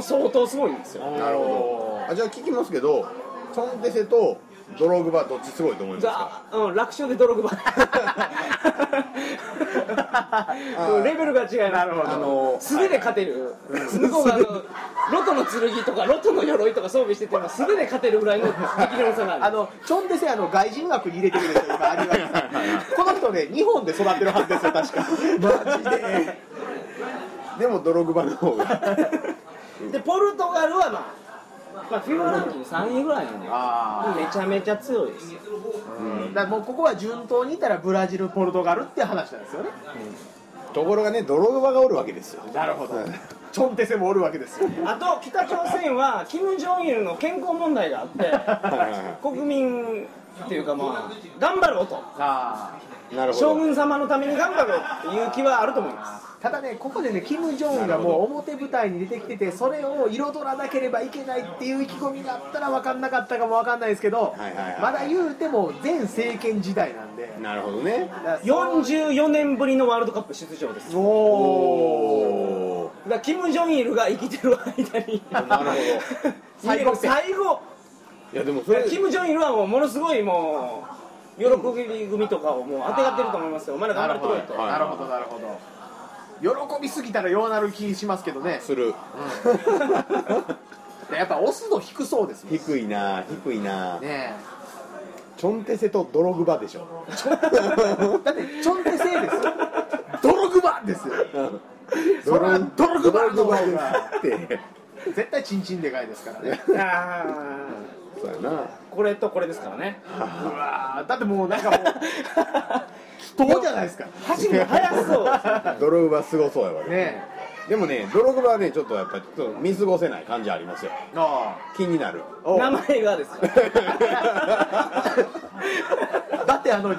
相当すごいんですよ
なるほどあじゃあ聞きますけどソンテセとドログバどっちすごいと思いますか
が、うん、楽勝でドログバうんレベルが違います
なるほど
あの
素手で勝てる、向こうがあのロトの剣とかロトの鎧とか装備してても素手で勝てるぐらいの力量差がある
あのちょんでせあの外人枠に入れてるんですよ今有馬この人ね日本で育ってるはずですよ確か
マジででもドログバの方が
でポルトガルはまあ、まあ、フィーバランキング3位ぐらいなんで
あ
めちゃめちゃ強いですよ
だからもうここは順当にいたらブラジルポルトガルって話なんですよね
ところがねドログバがおるわけですよ
なるほどちょんてせもおるわけですよ
あと北朝鮮はキム・ジョンイルの健康問題があって国民っていうかまあ頑張ろうと
あ
なるほ
将
ど
軍様のために頑張ろうっていう気はあると思います
ただねここでねキム・ジョンウンがもう表舞台に出てきててそれを彩らなければいけないっていう意気込みがあったら分かんなかったかも分かんないですけど、
はいはいはい
まだ言うても前政権時代なんで
なるほどね
44年ぶりのワールドカップ出場ですだか
お
お
お
お
らキム・ジョンイルが生きてる間に
な るほど
最後最後
いやでもそれ
キム・ジョンイルはもうものすごいもう喜び組とかをもうあてがってると思いますよお前ら頑張ってこいと
はい
なるほどなるほど喜びすぎたらようなる気しますけどね
する
やっぱ押すの低そうですね
低いな低いな
ね
チョンテセとドログバでしょ
えだってちょんてせいですよ泥グバですよそれはドログバの方が
って
絶対チンチンでかいですか らね
あ
そうやな
ーこれとこれですからね
うわーだってもうなんかもうどうじゃないですかね
走るの速そう
ドログバすごそうやわね
え
でもねドログバはねちょっとやっぱちょっと見過ごせない感じありますよ
あ
気になる
おう
名前がですか
あだってあの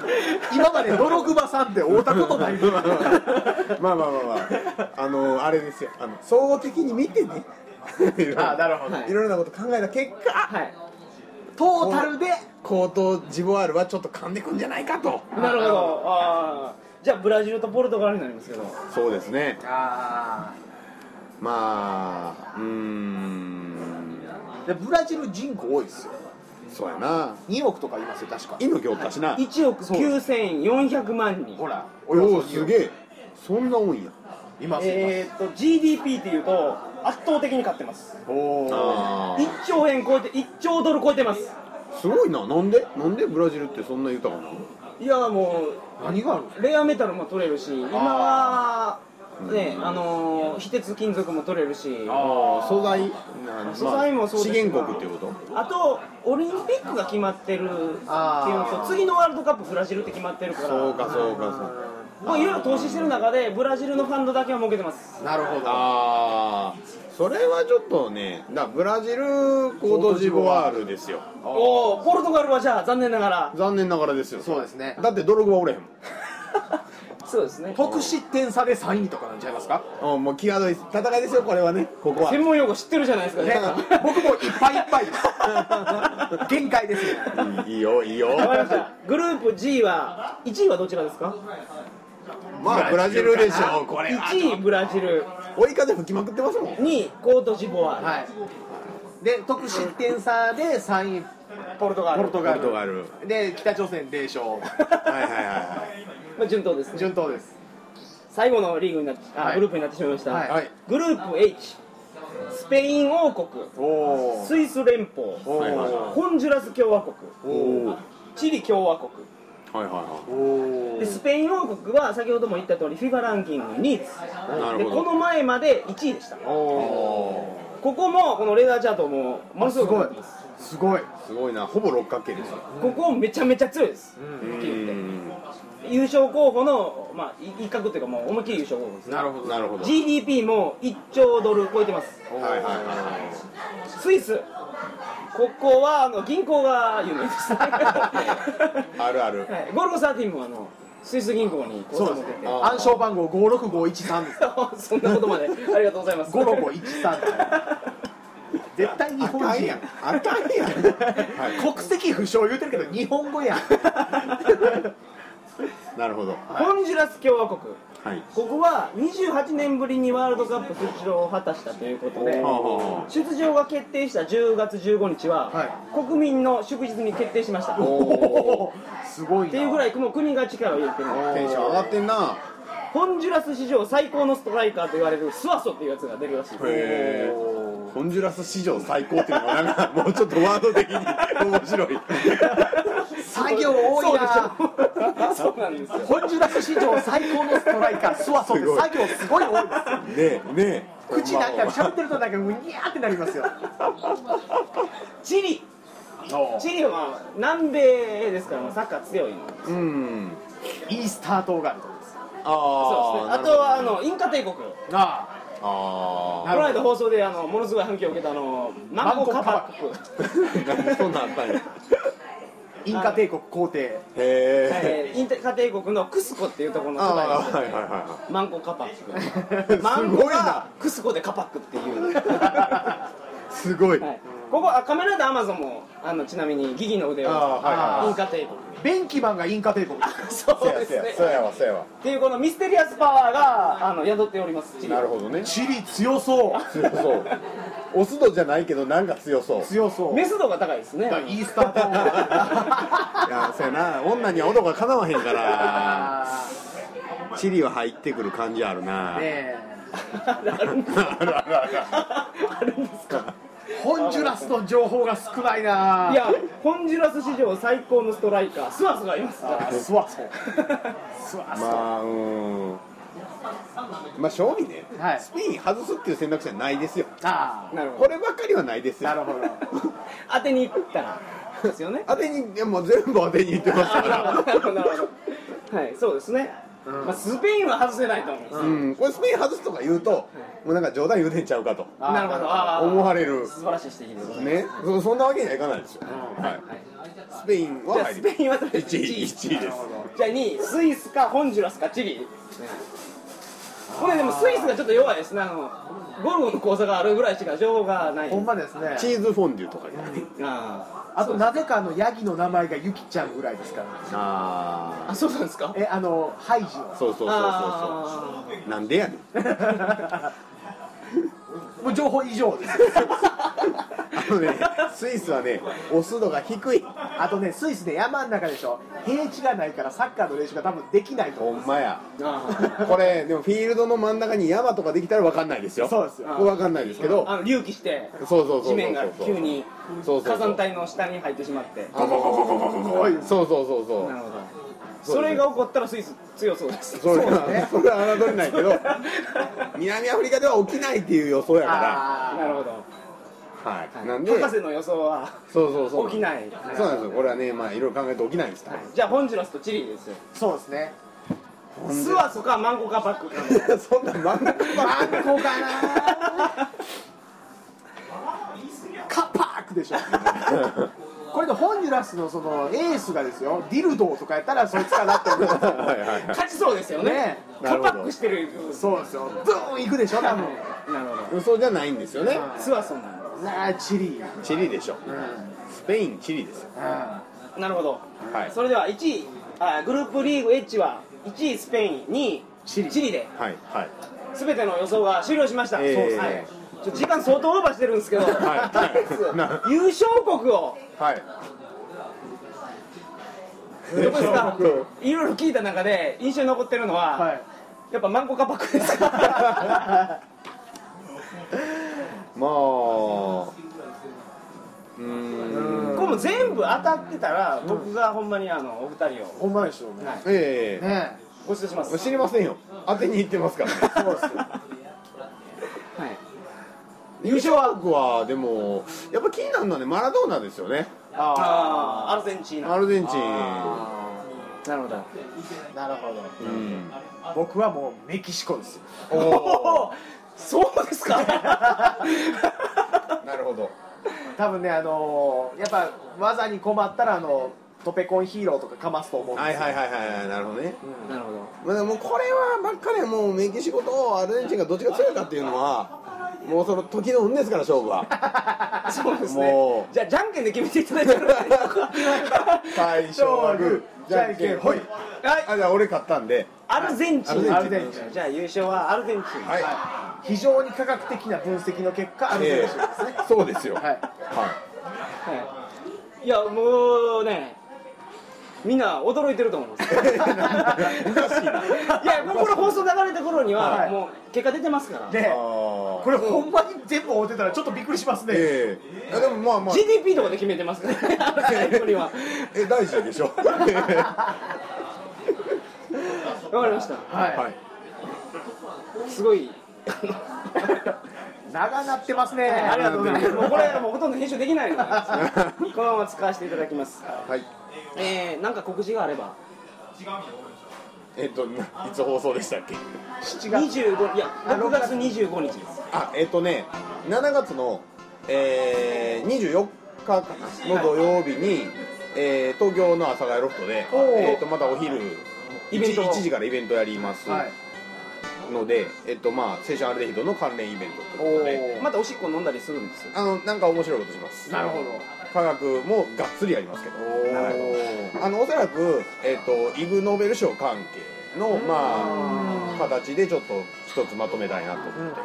今まで泥グバさんって会うたことないもん
まあまあまあまああのあれですよあの総合的に見て ね
あなるほど、
はい
いろんなこと考えた結果
はい
トータルで
コートジボワールはちょっと噛んでくんじゃないかと
なるほどあーじゃあブラジルとポルトガルになりますけど
そうですね
あ
まあうーん
あでブラジル人口多いですよ
そうやな
2億とかいますよ確か
「い」の行ったしな
1億9400万人
ほら
おおすげえそんな多いんや
いますいます
えー、っと GDP っていうと圧倒的に勝ってます
おー
あー
1兆円超えて1兆ドル超えてます
すごいななんでなんでブラジルってそんな豊かなの
いやも
何がある
うレアメタルも取れるし今はねあのー非鉄金属も取れるし
ああ素材な
素材もそうです
資
が
源国っていうこと
あとオリンピックが決まってるっていうの
あ
と
ー
次のワールドカップブラジルって決まってるから
そうかそうかそう
まあいろいろ投資してる中でブラジルのファンドだけは儲けてます
なるほど
ああそれはちょっとねだブラジルコートジボワールですよ
おおポルトガルはじゃあ残念ながら
残念ながらですよ
そうですね
だってドログはおれへんもん
そうですね
得失点差で3位とかなんちゃいますか
うんもう際どい戦いですよこれはねここは
専門用語知ってるじゃないですか
ね
ね
僕もいっぱいいっぱ いです限界ですよ
いいいいよいい よ
わかりましたグループ G は1位はどちらですか
まあブラジルでし ょこれ
1位ブラジル
追い風吹きまくってますもん
2位コートジボワール、
はいで得失点差で3位
ポルトガル
ポルト
ポ
ガ
ルトガ
ル
ル
で北朝鮮0勝
はいはいはいはい
まあ、順当ですね
順当です
最後のリーグになっあ、
はい
グループになってしまいました、
はい
はい
グループ H スペイン王国
おお
スイス連邦
お
はいはい
ー
ホンジュラス共和国
おおはい
チリ共和国
はいは
お
でスペイン王国は先ほども言った通り FIFA ランキング2位です
いな
で
るほ
こ
ど
の前まで1位でした
お
ここもこのレーダーチャートもものす
す
ごく
ご
良
い
かったです
すごい
すごいなほぼ六角形ですよ
ここめちゃめちゃ強いです、
う
優勝候補の、まあ、い一角というかもう思いっきり優勝候補ですね
なるほ
んなるほど
GDP も1兆ドル超えてます
はいはいは
スイスここはあの銀行が有名です
いあるある
はいゴルゴ13もあのスイス銀行に口
そ
座
う
持
で
って
す
て
ね暗証番号56513です
あそんなことまでありがとうございます
56513絶対日
あ
本
かん
人
や
や
ん
ん
あかんやん、は
国籍不詳言うてるけど日本語やん
い、なるほど
ホンジュラス共和国
はい
ここは28年ぶりにワールドカップ出場を果たしたということで
はあは
出場が決定した10月15日は、
は
国民の祝日に決定しましたっ
あおー
すごいな
ていうぐらいもう国が力を入れてる
テンション上がってんな
ホンジュラス史上最高のストライカーと言われるスワソっていうやつが出るらしいです
へーホンジュラス史上最高っていうのがなんかもうちょっとワード的に 面白い
作業多いな
そうでしょ そうなんですよ
ホンジュラス史上最高のストライカースワソっ
す
て
ごい
作業すごい多いですよ
ねえねえ
口なんか
ほんま
喋ってるとなんかうにゃーってなりますよ
チリチリは南米ですからもうサッカー強いの
うん
いいスタートがあるとこです
あ
そうですね
あ
あとはあのインカ帝国こ
ああ
あ
の間放送であのものすごい反響を受けたあのマンゴカバック
あなんでそんなんあったんや
インカ帝国皇帝
へえ
えーインカ帝国のクスコっていうところの
あ
世代
あ
ですよ
はいはいは
マンゴカパ ッ
い
クマンゴ
すごいな
がクスコでカパックっていう、
すごい
はい、ここあカメラでアマゾンもあのちなみにギギの腕
ああ
を
はい
イ
は
ン
い
カ帝国
ベンキマンがインカ 帝国
そうです
せや
ね
せやそうやわそうやわ
っていうこのミステリアスパワーがあの宿っておりますチリ
なるほどね
チリ強そう
強そうオス度じゃないけどなんか強そう
強そう
メス度が高いですね
いいスタ ート
いやそうやな女には男がかなわへんから
あ
チリは入ってくる感じあるな、
ー ね
あるんですか
あらあら
あるんですか
えホンジュラスの情報が少ないない
やホンジュラス史上最高のストライカースワスがいますから
スワソスワソ、
まあうんまあ正味ね、
はい
スペイン外すっていう選択肢はないですよ
あ
なるほ
こ
ど
ればっかりはないですよ
なるほど
当てに行ったらですよね
当てにいやもう全部当てにいってますから
なる ほどなるほどはいそうですね、まあ、スペインは外せないと思います、
うんこれスペイン外すとか言うともうなんか冗談言うてんちゃうかと
あ
なるほどあー
思われる
素晴らしい指摘でございます、
ねそそんなわけにはいかないですよ、はい、スペインは
じゃあ
入
ス
り
ペインはとりあえず
1
1
位
位
1位です
じゃあ2位スイスかホンジュラスかチリ、これでもスイスがちょっと弱いですねあのゴルフの講座があるぐらいしか情報がない
ほんまですね
チーズフォンデュとかじゃない
あ
あとなぜかあのヤギの名前がユキちゃんぐらいですから、
ーあ
あ
そうなんですか
えあのハイジの
あそうそうそうそう
あ
そうなんでやねん
もう情報以上です
あのね、スイスはね、オス度が低い。
あとねスイスね山の中でしょ平地がないからサッカーの練習が多分できないと
ほ
思うん
まや。
ーあ
これ、でもフィールドの真ん中に山とかできたら分かんないですよ。
そうですよ
分かんないですけど
ー。あの隆起して
そうそうそうそうそう。
地面が急に
そうそうそう
火山帯の下に入ってしまって
あのそうそうそうそ
なるほ
う。
どそれが起こったらスイス強そうです
それ
そうね
は、それは侮れないけど、南アフリカでは起きないっていう予想やか
なるほど
ら。はい。なんで、
博士の予想は
そうそうそう。
起きない
そうなんですよ。これはね、まあいろいろ考えて起きないんですから。
じゃあホンジュラスとチリですよ
そうですね
スワスかマンゴカバックか
そんな真ん中ばっか
あんこかなカッパークでしょこれでホンジュラスのそのエースがですよディルドーとかやったらそいつかなって思うんですよ
はいはいはい。
勝ちそうですよね
ね
カバックしてる
そうですよブーン行くでしょ多分
なるほ
予想じゃないんですよね。
どスワスなんで
なあチリう
チリでしょ。
んうん
スペイン、チリですよ。
すなるほど
はい。
それでは1位あグループリーグ H は1位スペイン2位チ
チ
リ
リ
で
はいはい。
全ての予想が終了しました、
えー
そうですねちょ時間相当オーバーしてるんですけど、
はい
とりあえず
な
優勝国を
はい。
どこですかいろいろ聞いた中で印象に残ってるのは、
はい
やっぱマンゴカバックですか
まあ。うーん。
これも全部当たってたら僕がほんまにあのお二人を
ほんまでしょうね
ええ
ね
ご出します、
知りませんよ。当てに行ってますから、ね。
そうですよ
はい、
優勝は僕はでもやっぱ気になるのはねマラドーナですよね。
あーアルゼンチン
ア
な
ルゼンチン。
あ
るほど
ーなるほど
うん。
僕はもうメキシコですよ
おーそうですか
なるほど。
多分ねあのーやっぱ技に困ったらあのトペコンヒーローとかかますと思うんです
はい
よ、
はいはいはいはいなるほどね、
なるほど
まあ、でもこれはばっかりはもうメキシコとアルゼンチンがどっちが強いかっていうのはもうその時の運ですから勝負は
そうですね
も
じゃあじゃんけんで決めていただいてもらえますか
最初はグーじゃんけんほい
はい
あじゃあ俺勝ったんで
アルゼンチン
ア
ルゼンチ
じゃあ優勝はアルゼンチン、
はい、
非常に科学的な分析の結果アルゼンチンですね、
ええそうですよ
はい
はい
はいいやもうねみんな驚いてると思いま すい
しいな
やもうこの放送流れた頃には、
はい
もう結果出てますから
で
あ
これほんまに全部追ってたらちょっとびっくりしますね、
ええあでもまあまあ
GDP とかで決めてますからね最後には
え大事で しょ
わかりました
はい、
はい
すごい
長なってますね
あ
あ
り
り
が
が
と
と
う
う
ご
ご
ざ
ざ
いまもうこれ
いますす
はもうほとんど編集できないのでこのまま使わせていただきます
はい
えー、なんか告示があれば
えっとないつ放送でしたっけ
7月
25いや6月25日です
あえっとね7月の、えー、24日かなの土曜日に、えー東京の阿佐ヶ谷ロフトで、
おー
えー、とまたお昼
イベント
1, 時からイベントやります
はい
ので、えっとまあ、青春アルデヒドの関連イベントと
お
いうことで
お、
またおしっこ飲んだりするんですよ
あのなんか面白いことします
なるほど
科学もがっつりやりますけどはいあのおそらく、えっとイグ・ノーベル賞関係の、まあ、形でちょっと一つまとめたいなと思って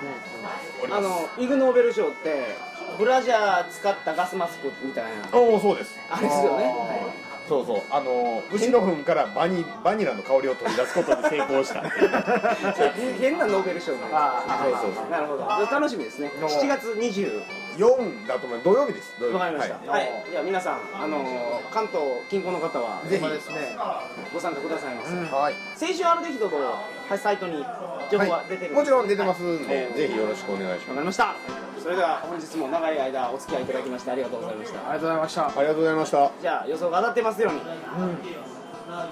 おり
あ
ます、
のイグ・ノーベル賞ってブラジャー使ったガスマスクみたいな
おおそうです
あれですよね
あー
はい
そうそうあの牛の糞からバニバニラの香りを取り出すことに成功した
変なノーベル賞になりま
あ
そうそう
すなるほど楽しみですね7月20
4だと思う土曜日です土曜日
わかりました
はい
はい、じゃあ皆さんあのー関東近郊の方は
ぜひ
ほんまですね
ご参加くださいませ、
うん
はい
先週アルデヒドのはいサイトに情報は出てる、
もちろん出てますんで、
はい
ぜひよろしくお願いし
わ
ま
かりましたそれでは本日も長い間お付き合いいただきましてありがとうございました
ありがとうございました
すありがとうございました
じゃあ予想が当たってますように、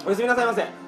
おやすみなさいませ